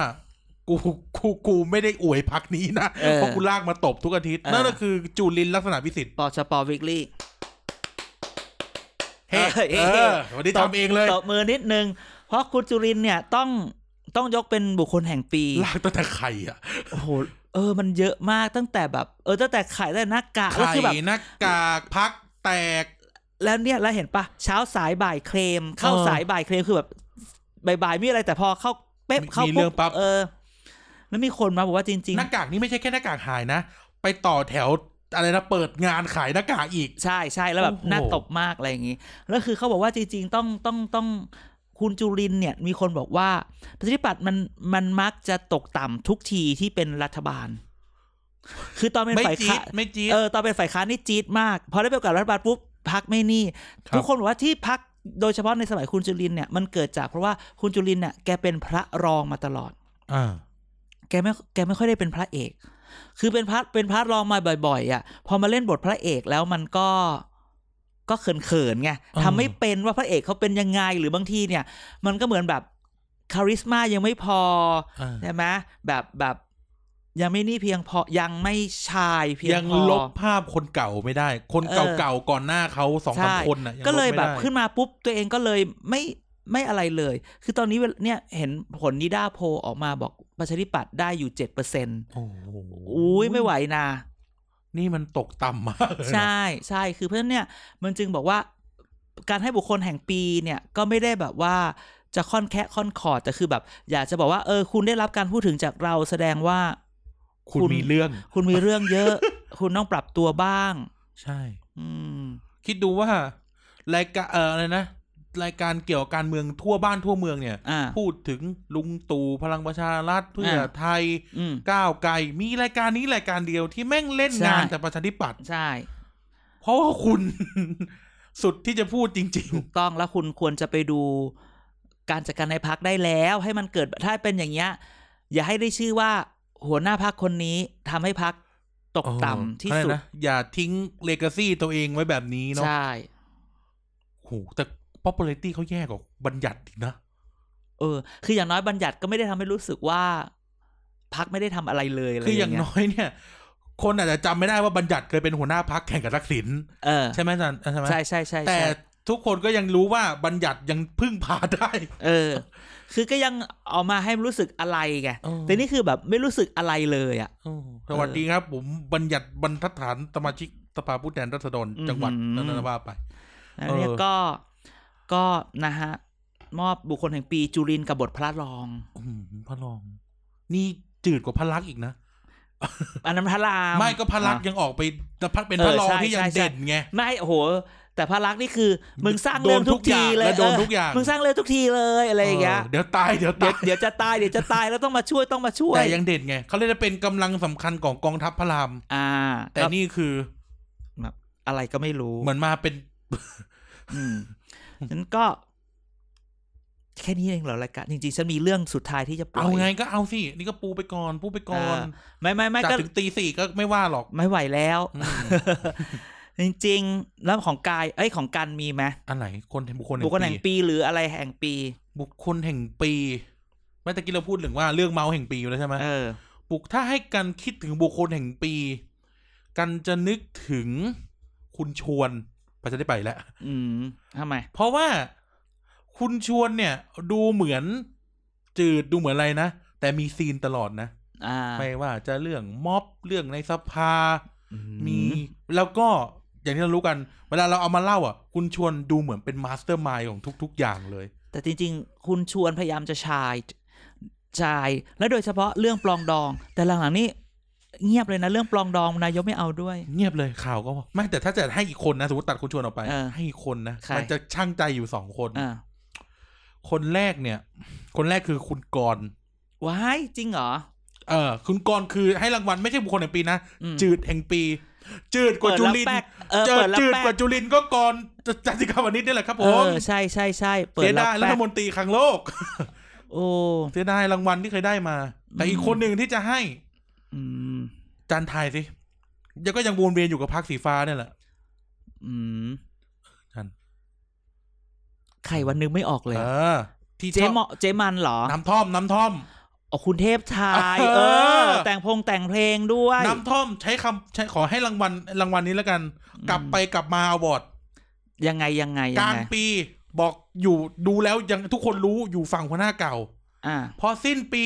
กูกูกูไม่ได้อวยพักนี้นะ
เออ
เพราะกูลากมาตบทุกอาทิตย์
เออ
นั่นก็คือจูลินลักษณะพิสิทธิ์
ปอชปอวิกลี่
เฮ้
เออเฮ้
เออวันนี้ทำเองเลย
ตบมือนิดนึง เพราะคุณจุรินทร์เนี่ยต้องต้องยกเป็นบุคคลแห่งปี
ลากตั้งแต่ไข่อ่ะ
โอ้โห เออ มันเยอะมากตั้งแต่แบบ เออ ตั้งแต่ไข่ตั้งแต่หน้ากากแล้ว
ไข่
คือแบบ
หน้ากากพักแตก
แล้วเนี่ยเราเห็นปะเช้าสายบ่ายเคลม เข้า
เออ
สายบ่ายเคลมคือแบบบ่ายๆมีอะไรแต่พอเข้าเป๊ะ
มี
เข้า
มีเรื่องปั๊บ
เออ แล้วมีคนมาบอกว่าจริง
หน้ากากนี่ไม่ใช่แค่หน้ากากหายนะ ไปต่อแถวอะไรนะเปิดงานขายหน้ากากอีก
ๆ ใช่ใช่แล้วแบบ
โอ้โห
น่าตบมากอะไรอย่างนี้ แล้วคือเขาบอกว่าจริง ๆ ต้องต้องต้องคุณจุรินทร์เนี่ย มีคนบอกว่าประชาธิปัตย์มันมันมักจะตกต่ำทุกทีที่เป็นรัฐบาล คือตอนเป็น
ไม่
ฝ่าย
จี๊
ค้า
ดไม่จี๊ด
เออตอนเป็นฝ่ายค้านนี่จี๊ดมากพอได้เป็นกับรัฐบาลปุ๊บพักไม่นี่
ครับ
ทุกคนบอกว่าที่พักโดยเฉพาะในสมัยคุณจุลินเนี่ยมันเกิดจากเพราะว่าคุณจุลินเนี่ยแกเป็นพระรองมาตลอด
อ่า
แกไม่แกไม่ค่อยได้เป็นพระเอก คือเป็นพระเป็นพระรองมาบ่อยๆ อ่ะ พอมาเล่นบทพระเอกแล้วมันก็ก็เขินๆไง
เออ
ทำไม่เป็นว่าพระเอกเขาเป็นยังไงหรือบางทีเนี่ย มันก็เหมือนแบบคาริสมายังไม่พอ
อ่า
ใช่ไหมแบบแบบยังไม่นี่เพียงพอยังไม่ชายเพียงพอ
ยังลบภาพคนเก่าไม่ได้ คน
เออ
เก่าๆก่อนหน้าเขาสองสาม
ใช่
คนน่ะง
ก็เลย
ไม่
แบบ
ได้
ขึ้นมาปุ๊บตัวเองก็เลยไม่ไม่อะไรเลย คือตอนนี้เวลเนี่ยเห็นผลนิด้าโพลออกมาบอกประชาธิปัตย์ได้อยู่เจ็ดเปอร์เซ็นต์
โอ้โห
อุ้ยไม่ไหวนะ
นี่มันตกต่ำมากเลยนะ
ใช่ใช่คือเพราะฉะนั้นเนี่ยมันจึงบอกว่าการให้บุคคลแห่งปีเนี่ยก็ไม่ได้แบบว่าจะค่อนแคะค่อนขอดแต่คือแบบ อยากจะบอกว่าเออคุณได้รับการพูดถึงจากเราแสดงว่า
คุณ
คุณ
มีเรื่อง
คุณมีเรื่องเยอะ คุณต้องปรับตัวบ้าง
ใช่
อืม
คิดดูว่ารายการเอ่ออะไรนะรายการเกี่ยวกับการเมืองทั่วบ้านทั่วเมืองเนี่ย
อ่า
พูดถึงลุงตู่พลังประชารัฐเพื่อ
อ่า
ไทย
อืม
ก้าวไกลมีรายการนี้รายการเดียวที่แม่งเล่น
ใช่
งานแต่ประชาธิปัตย์
ใช่
เพราะว่าคุณ สุดที่จะพูดจริง
ถูกต้องแล้วคุณควรจะไปดูการจัดการในพักได้แล้ว ให้มันเกิดถ้าเป็นอย่างเงี้ยอย่าให้ได้ชื่อว่าหัวหน้าพักคนนี้ทำให้พักต
ๆ
ก
โอ้
ต่ำที่
อะไร
สุด
นะอย่าทิ้งเลกาซี่ตัวเองไว้แบบนี้เนาะ
ใช่
โอ้โหแต่ popularity เขาแย่กว่าบัญญัติอีกนะ
เออ คืออย่างน้อยบัญญัติก็ไม่ได้ทำให้รู้สึกว่าพักไม่ได้ทำอะไรเลยอะไร
คืออ
อย่า
ย่าง ง
เงี้ย
น้อยเนี่ย คนอาจจะจำไม่ได้ว่าบัญญัติเคยเป็นหัวหน้าพักแข่งกับทักษิณ
เออ
ใช่ไหมอาจารย์ใช่ไหม
ใช่ใช่ใช่
แต่
ใช่
ทุกคนก็ยังรู้ว่าบัญญัติยังพึ่งพาได้
เออ คือก็ยังเออกมาให้รู้สึกอะไรไงแต่นี่คือแบบไม่รู้สึกอะไรเลยอ่ะ
เออสวัสดีครับ ผมบัญญัติบรรทัดฐานสมาชิกสภาผู้แทนราษฎร
อือหือ
จังหวัดนั่นนะว่าไป
แล้วเนี่ย
เออ
ก็ก็นะฮะมอบบุคคลแห่งปีจุรินทร์กับบทพระรอง
อื้อหือพระรอง นี่จืดกว่าพระลักษมณ์อีกนะ
อันนั้นพระราม
ไม่ก็พระลักษมณ์
อ่ะ
ยังออกไปแต่พระเป็น
เออ
พระรอง
ใช่
ที่ยัง
ใช่ใช่
เด่นไง
ไม่โอ้โห แต่พระลักษมณ์นี่คือมึงสร้างเรื่อง
โดนทุ
ทุ
ก
ก
อ
ที
ย่าง
เลย
และโดน
เออ
ทุกอย่าง
มึงสร้างเรื่องทุกทีเลยอะไรอย่างเงี้ย
เออเดี๋ยวตายเดี๋ยว
เดี๋
ตา
ย
ย
วเดี๋ยวจะตายเดี๋ยวจะตายแล้วต้องมาช่วยต้องมาช่วย
แต่ยังเด่นไงเขาเลยกได้เป็นกำลังสำคัญของกองทัพพระราม
อ่า
แต่
ก็
นี่คือ
อะไรก็ไม่รู้
เหมือนมาเป็น
อืมฉันก็ แค่นี้เองเหรอรายการจริงๆฉันมีเรื่องสุดท้ายที่จะปล่อย
เอาไงก็เอาสิ นี่ก็ปูไปก่อนปูไปก่อน
เออ ไม่ไม่ไม่
จาก
ก็
ถึงตีสี่ก็ไม่ว่าหรอก
ไม่ไหวแล้ว
อืม
จริง ๆ แล้วของกาย เอ้ยของกันมีไหม
อันไหนคนแห่งบุคคล
บุคคลแห่ง
ปี
ปีหรืออะไรแห่งปี
บุคคลแห่งปีเมื่อตะกี้เราพูดถึงว่าเรื่องเมาส์แห่งปีอยู่แล้วใช่ไหม
เออ
บุคถ้าให้กันคิดถึงบุคคลแห่งปี กันจะนึกถึงคุณชวนประชาธิปไตยแหละ
อืมทำไม
เพราะว่าคุณชวนเนี่ย ดูเหมือนจืดดูเหมือนอะไรนะ แต่มีซีนตลอดนะ
อ่า
ไม่ว่าจะเรื่องม็อบเรื่องในสภา
อื
มีแล้วก็อย่างที่เรารู้กัน เวลาเราเอามาเล่าอ่ะ คุณชวนดูเหมือนเป็นมาสเตอร์มายของทุก ๆ อย่างเลย
แต่จริงๆ คุณชวนพยายามจะชายชาย และโดยเฉพาะเรื่องปลองดอง แต่หลังๆนี่เงียบเลยนะ เรื่องปลองดองนายกไม่เอาด้วย
เงียบเลยข่าวก็ว่าไม่แต่ถ้าจะให้อีกคนนะ สมมติตัดคุณชวนออกไป
เออ
ให้อีกคนนะ
ใคร
มันจะช่างใจอยู่สองคน
อ่า
คนแรกเนี่ย คนแรกคือคุณกรณ์
ว้ายจริงเหรอ
เออคุณกรณ์คือให้รางวัลไม่ใช่บุคคลแห่งปีนะ
อืม
จืดแห่งปี จืดกว่าจุลิน
เปิดรับแป๊กเออ
เจอ
เปิดรับ
จืด
แป๊ก
กว่าจุลินก็กรณ์จันทิกาวนิชนี่แหละครับผ
เอ
ม
อใช่ใช่ใช่เปิด
เสีย
รับ
ดายรัฐ
แป๊ก
มนตรีครั้งโลก
โอ้
เสียดายรางวัลที่เคยได้มา แต่อีก
อืม
คนหนึ่งที่จะให้
อืม
จานทายสิยังก็ยังวนเวียนอยู่กับพักสีฟ้าเนี่ยแหละ
อืม
ท่าน
ใครวันนึงไม่ออกเลย
เอ
อะ
อ ที่
เจ๊
ชอบ
เหมาะเจ๊มันเหรอ
น้ำท่อมน้ำท่อม
อ๋อคุณเทพชาย
เออ
เออ แต่งพงแต่งเพลงด้วย
น้ำท่อมใช้คำใช้ขอให้รางวัลรางวัลนี้แล้วกัน
อืม
กลับไปกลับมาอวอร์ด
ยังไงยังไง
ก
ยั
ลาง ง
ไง
ปีบอกอยู่ดูแล้วยังทุกคนรู้อยู่ฝั่งหัวหน้าเก่า
อ่า
พอสิ้นปี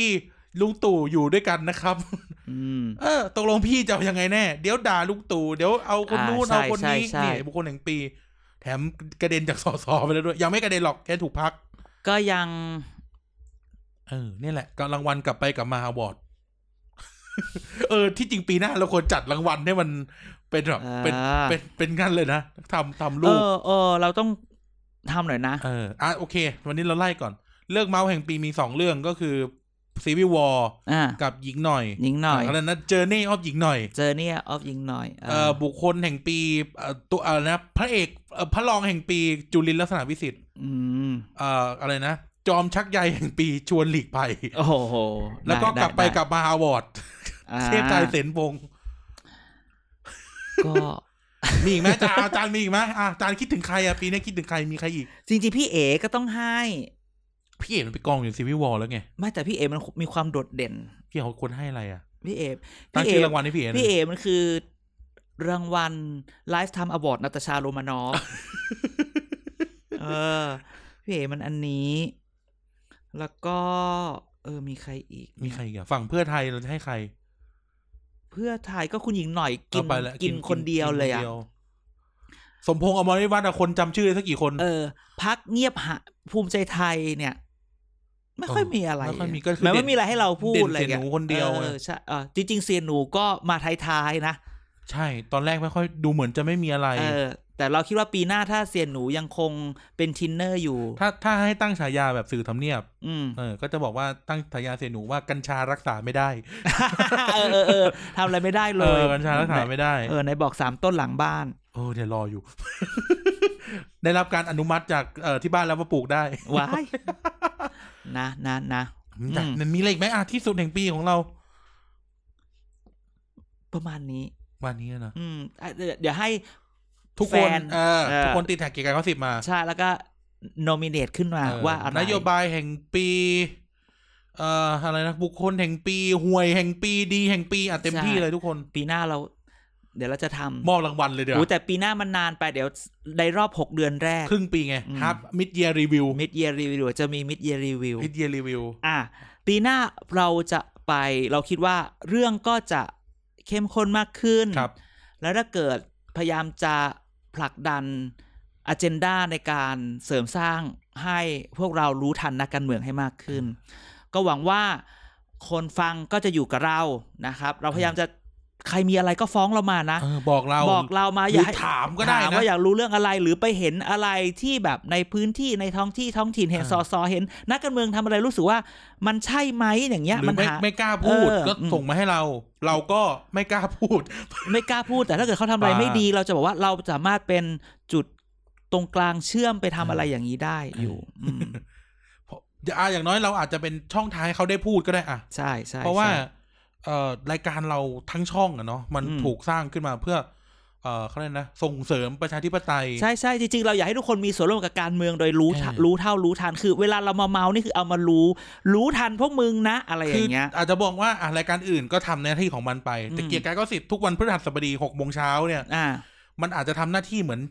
ลุงตู่อยู่ด้วยกันนะครับ
อืม
เออตกลงพี่จะเอายังไงแน่ เดี๋ยวด่าลุงตู่เดี๋ยวเอาคน
อ่า
นู้น
ใช่
เอาคนนี้
ใช่
นี่
ใช่
บุคคลแห่งปี แถมกระเด็นจากสสไปแล้วด้วย ยังไม่กระเด็นหรอกแค่ถูกพัก
ก็ยัง
เออเนี่ยแหละก็รางวัลกลับไปกลับมาอวอร์ด เออ ที่จริงปีหน้าเราควรจัดรางวัลให้มันเป็นแบบเป็น
อ่า
เป็นเป็นงั้นเลยนะทำทำ
เอ
รูป
อเออ เราต้องทำหน่อยนะ
เอออ่ะโอเค วันนี้เราไล่ก่อน เลือกเมาส์แห่งปีมีสองเรื่องก็คือซีวิวอล
อ่า
กับหญิงหน่อย
หญิงหน่อย
อะไรนะเจอร์นี่ออฟหญิงหน่อย
เจอเนี่ยออฟยิงหน่อย
เอ่อบุคคลแห่งปีเอ่อตัวอะไรนะพระเอกเอ่อพระรองแห่งปีจุลินลักษณะวิสิทธิ์
อืม
เอ่ออะไรนะ จอมชักใยแห่งปีชวนหลีกภัย
โอ้โห
แล้วก็
ด้
กลับไป
ด้
กลับมาอวอร์ด
อ่
เทพชายเสนพงศ์
ก็
มีอีกไหมอาจารย์อาจารย์มีอีกไหมอ่ะอาจารย์คิดถึงใครอ่ะปีนี้คิดถึงใครมีใครอีก
จริงๆ พี่เอ๋ก็ต้องให้
พี่เอกมันไปกองอยู่ซีวิวอลแล้วไง
ไม่แต่พี่เอ๋มันมีความโดดเด่น
พี่เขาควรให้อะไรอ่ะ
พี่เอ๋
ตั้ง
พี่เอ๋
ชื่อรางวัลให้พี่เอกหน่
พี่
อย
เอ๋มันคือ รางวัล Lifetime Award นาตาชาโรมานอ ฟ เออ พี่เอ๋มันอันนี้ แล้วก็ เออ มีใครอีก
มีใครอีกอ่ะฝั่งเพื่อไทยเราจะให้ใคร
เพื่อไทยก็คุณหญิงหน่อยกิน
เอาไปแล้ว
กินคนเดียวเลย
กินค
อ่ะ
นดีวสมพงษ์อมรวิวัฒน์อะคนจำชื่อได้สักกี่คน
เออ พักเงียบหะภูมิใจไทยเนี่ย ไม่ค่อย
เออ
มีอะไร
ไม่ค่อยมีก็คือ
แม้
เด่
ไม่
น
มีอะไรให้เราพูด
เด่น
อะไรงี้
เสียหนูคนเดียว
เอ
นะ
อใช่เออจริง ๆ เสียหนูก็มาท้ายๆนะ
ใช่ ตอนแรกไม่ค่อยดูเหมือนจะไม่มีอะไร
เออ แต่เราคิดว่าปีหน้าถ้าเสียหนูยังคงเป็นทินเนอร์อยู่
ถ้าถ้าให้ตั้งฉายาแบบสื่อทำเนียบ
อืม
เออ ก็จะบอกว่าตั้งฉายาเสียหนูว่ากัญชารักษาไม่ได้
เออเออเออทำอะไรไม่ได้
เอ
เลย
อ กัญชารักษาไม่ได้
เออในบอกสามต้นหลังบ้าน
โอ้เดี๋ยวรออยู่ ได้รับการอนุมัติจากเอ่อที่บ้านแล้วว่าปลูกได้
ว้าย นะนะนะ
อืมแต่
อืม
มันมีอะไรอีกไหมอ่ะที่สุดแห่งปีของเรา
ประมาณนี้
วันนี้นะ
อืมอ่ะเดี๋ยวเดี๋ยวให้
ทุกคน
แฟน
เออ
เออ
ทุกคนติดแท็กเกียร์กายข้อสิบมา
ใช่แล้วก็โนมิเนตขึ้นมา
เออ
ว่าอะไร
นโยบายแห่งปี เอ่ออะไรนะ บุคคลแห่งปีห่วยแห่งปีดีแห่งปีอ่ะเต็ม
ใช่
ที่เลยทุกคน
ปีหน้าเรา เดี๋ยวเราจะทำ
มอบรางวัลเลยเดี๋ยว
โอ้แต่ปีหน้ามันนานไปเดี๋ยวในรอบหกเดือนแรก
ครึ่งปีไง
อืม
ครับมิดเยียรีวิว
มิดเยรีวิวจะมีมิดเยรีวิว
พิทเยียรีวิว
อ่ะปีหน้าเราจะไปเราคิดว่าเรื่องก็จะเข้มข้นมากขึ้น
ครับ
แล้วถ้าเกิดพยายามจะผลักดันอเจนดาในการเสริมสร้างให้พวกเรารู้ทันนักการเมืองให้มากขึ้น ก็หวังว่าคนฟังก็จะอยู่กับเรานะครับ เราพยายามจะใครมีอะไรก็ฟ้องเรามานะ
เออบอกเรา
บอกเรามา
ห
อ
รือ
ย่าให้
ถามก็ได้
ถาม
นะ
ว่าอยากรู้เรื่องอะไรหรือไปเห็นอะไรที่แบบในพื้นที่ในท้องที่ท้องถิ่นเห็น
อ่า
สอสอเห็น นักการเมืองทำอะไรรู้สึกว่า มันใช่ไหมอย่าง
ห
เงี้ย
รือ
มัน
ไม่
หา
ไม่กล้าพูด
เออ
ก็
อืม
ส่งมาให้เรา เราก็ไม่กล้าพูด
ไม่กล้าพูดแต่ถ้าเกิดเขาทำอะไร
อ่า
ไม่ดีเราจะบอกว่าเราสามารถเป็นจุดตรงกลางเชื่อมไปทำอะไรอย่างนี้ได้
เอออ
อยู่ อืม
อย่าอ่ะอย่างน้อยเราอาจจะเป็นช่องท้ายให้เขาได้พูดก็ได้อ่ะ
ใช่ใช่
เพราะว่า
ใช่
เอ่อรายการเราทั้งช่องอะเนาะมัน
อืม
ถูกสร้างขึ้นมาเพื่อ เอ่อเขาเรียกนะ ส่งเสริมประชาธิปไตย
ใช่ใช่จริงๆ เราอยากให้ทุกคนมีส่วนร่วมกับการเมืองโดยรู้ทัน
เออ
รู้เท่ารู้ทันคือ เวลาเรามาเมานี่คือเอามารู้ รู้ทันพวกมึงนะ อะไรอ
คือย่าง
เงี้ย
อาจจะบอกว่าอ่ะรายการอื่นก็ทำหน้าที่ของมันไป แต่
อืม
เกียร์กายก็สิบทุกวันพฤหัสบดีหกโมงเช้าเนี่ย
อ่า
มันอาจจะทำหน้าที่เหมือน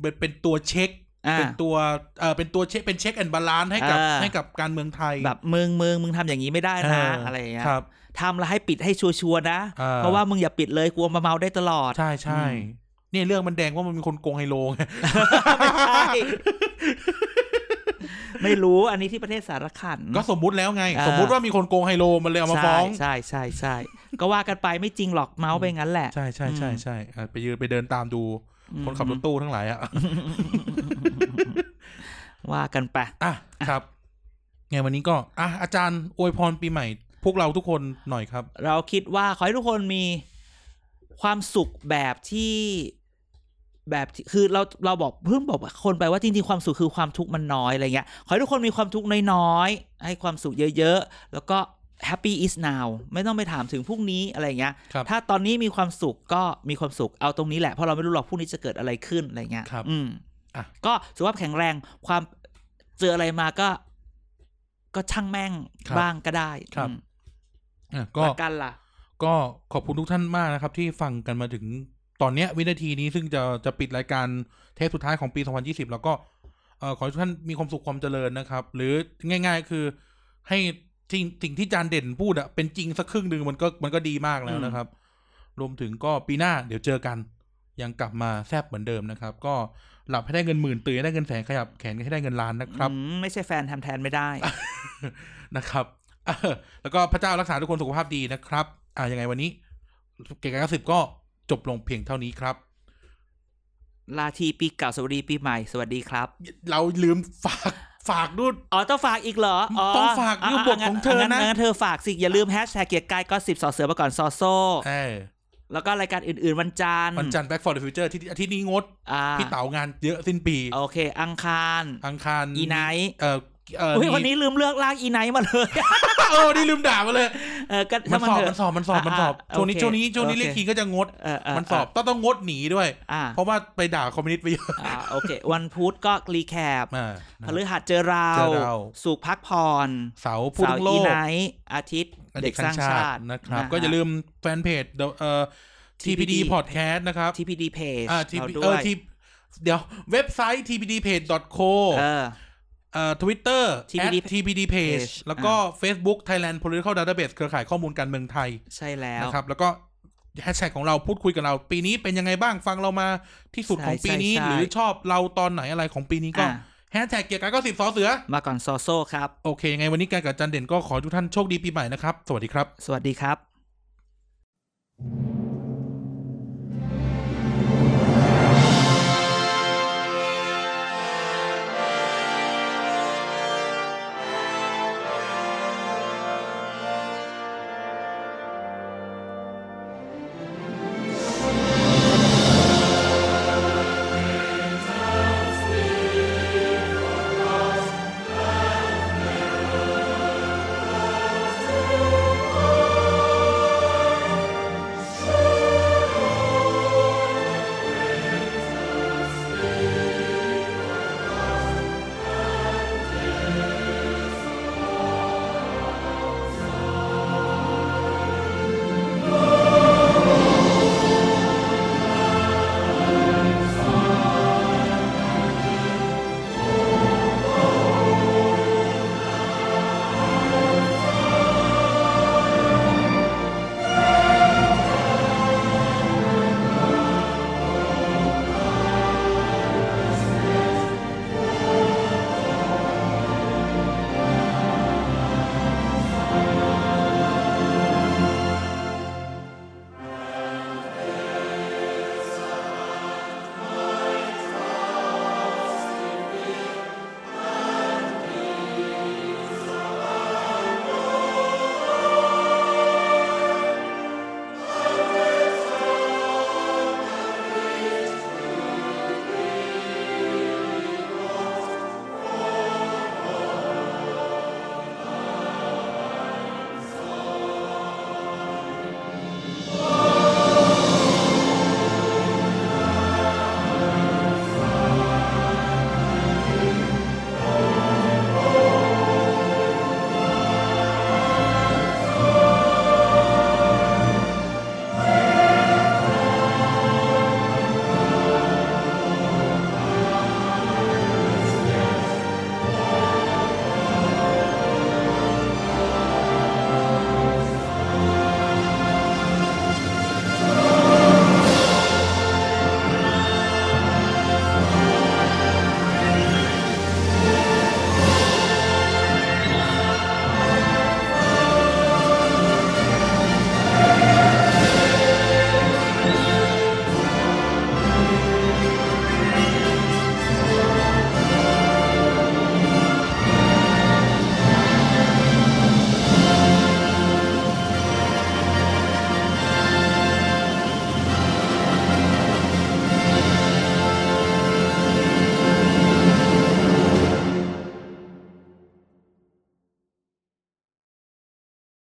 เป็นเป็นตัวเช็ค
อ่า
เป็นตัวเอ่อเป็นตัวเช็คเป็นเช็คแอนบาลานให้กับ
อ่า
ให้กับการเมืองไทย
แบบมึงมึงมึงทำอย่างนี้ไม่ได้นะ
า
อะไรอย่างเงี้ย
ครับ
ทำแล้วให้ปิดให้ชัวร์ๆนะ
อ่า
เพราะว่ามึงอย่าปิดเลยกลัวมาเมาได้ตลอด
ใช่ใช่
อืม
เนี่ยเรื่องมันแดงว่ามันมีคนโกงไฮโล ไง
ไม่ใช่ไม่รู้อันนี้ที่ประเทศสารคัน
ก็สมมุติแล้วไง
อ่า
สมมุติว่ามีคนโกงไฮโลมันเลยเอามาฟ้อง
ใช่ใช่ใช่ใช่ก็ว่ากันไปไม่จริงหรอกเมาส์ไปงั้นแหละ
ใช่ใช่ใช่ใช่อ่ะไปยืนไปเดินตามดูคนขับรถตู้ทั้งหลายอ่ะ
ว่ากันไป
อ่ะครับไงวันนี้ก็อ่ะอาจารย์อวยพรปีใหม่ พวกเราทุกคนหน่อยครับ
เราคิดว่าขอให้ทุกคนมีความสุขแบบที่แบบที่คือเราเราบอกเพิ่งบอกคนไปว่าจริงๆความสุขคือความทุกข์มันน้อยอะไรเงี้ยขอให้ทุกคนมีความทุกข์น้อยๆให้ความสุขเยอะๆ แล้วก็ happy is now ไม่ต้องไปถามถึงพรุ่งนี้อะไรเงี้ย
ครับ
ถ้าตอนนี้มีความสุขก็มีความสุขเอาตรงนี้แหละเพราะเราไม่รู้หรอกพรุ่งนี้จะเกิดอะไรขึ้นอะไรเงี้ย
ครับ
อืม
อ่ะ
ก็สุขภาพแข็งแรงความเจออะไรมาก็ ก็ช่างแม่ง
ครับ
บ้างก็ได้
ครับ
อืม
อ่ะก็
หลักันล่ะ
ก็ขอบคุณทุกท่านมากนะครับ ที่ฟังกันมาถึงตอนเนี้ยวินาทีนี้ซึ่งจะจะปิดรายการเทปสุดท้ายของปี 2020 แล้วก็เอ่อขอให้ทุกท่านมีความสุขความเจริญนะครับ หรือง่าย ๆ คือให้สิ่งสิ่งที่จานเด่นพูดอะเป็นจริงสักครึ่งหนึ่งมันก็มันก็ดีมากแล้วนะครับ รวมถึงก็ปีหน้าเดี๋ยวเจอกัน ยังกลับมาแซบเหมือนเดิมนะครับ ก็หลับให้ได้เงินหมื่นตื่นให้ได้เงินแสนขยับแขนให้ได้เงินล้านนะครับ
อืมไม่ใช่แฟนทำแทนไม่ได้
นะครับ เออแล้วก็พระเจ้ารักษาทุกคนสุขภาพดีนะครับ อ่ายังไงวันนี้ เก่งการสิบก็จบลงเพียงเท่านี้ครับ
ลาทีปีเก่าสวัสดีปีใหม่สวัสดีครับ
เราลืมฝาก ฝากด้วย
อ๋อต้องฝากอีกเหรอ
ต้องฝากเรื่องบทของเธอนะ
งั้นเธอฝากสิอย่าลืมแฮชแท็กเกียรติกายก็สิบสอเสือมาก่อนซอโซ่
เออ
แล้วก็รายการอื่นๆวันจันทร์
วันจันทร์ Back for the Future ที่อาทิตย์นี้งด
อ่า
พี่เต๋างานเยอะสิ้นปี
โอเค อังคาร
อังคาร
อีไนท์
เออเออ
เฮ้ย
มี
วันนี้ลืมเลือกลากอีไนท์มาเลย
เออนี่ลืมด่ามาเลย
เออก็
มั
ช่าง
น
มัน
สอบมันส
เถอะ
อบมันสอบมันสอบ
อ่ะอ่ะ
ช่วงนี้
โอเค
ช่วงนี้ช่วงนี้
โอเค
เรียกทีก็จะงด
เอเเ
มันสอบต้องต้องงดหนีด้วย
อ่า
เพราะว่าไปด่าคอมมิวนิสต์ไปเยอะ
อ่าโอเค วันพุธก็รีแคป
อ่านะ
พฤหัสเจอเรา
เจอเรา
สุขพักผ่อน
เสาร์พูด
เสา
ทั้
ร์
งโล
อี
ก
ไนท์อาทิตย์เด็กสร้างชาติ
นะครับ
ฮ
ก็อย่าลืมแฟนเพจเดี๋ยวเอ่อ TPD
TPD
Podcast นะครับ
TPD Page
อ่า
เรา
TPD
ด้
เอ
ว
อย ทีเดี๋ยวเว็บไซต์ tpdpage.co
เออ
เอ่อ Twitter
TPD
at tpdpage
Page
แล้วก็ Facebook Thailand Political Database เครือข่ายข้อมูลการเมืองไทย
ใช่แล้ว
นะครับ แล้วก็แฮชแท็กของเราพูดคุยกับเรา ปีนี้เป็นยังไงบ้างฟังเรามาที่สุดของ
ใช่
ปีนี้
ใช่ใช่
หรือชอบเราตอนไหนอะไรของปีนี้ก็
อ่ะ
แฮชแท็กเกียร์กายก็สิบสอเสือ
มาก่อนซอโซครับ
โอเคยังไงวันนี้การกับอาจันเด่นก็ขอให้ทุกท่านโชคดีปีใหม่นะครับสวัสดีครับ
สวัสดีครับ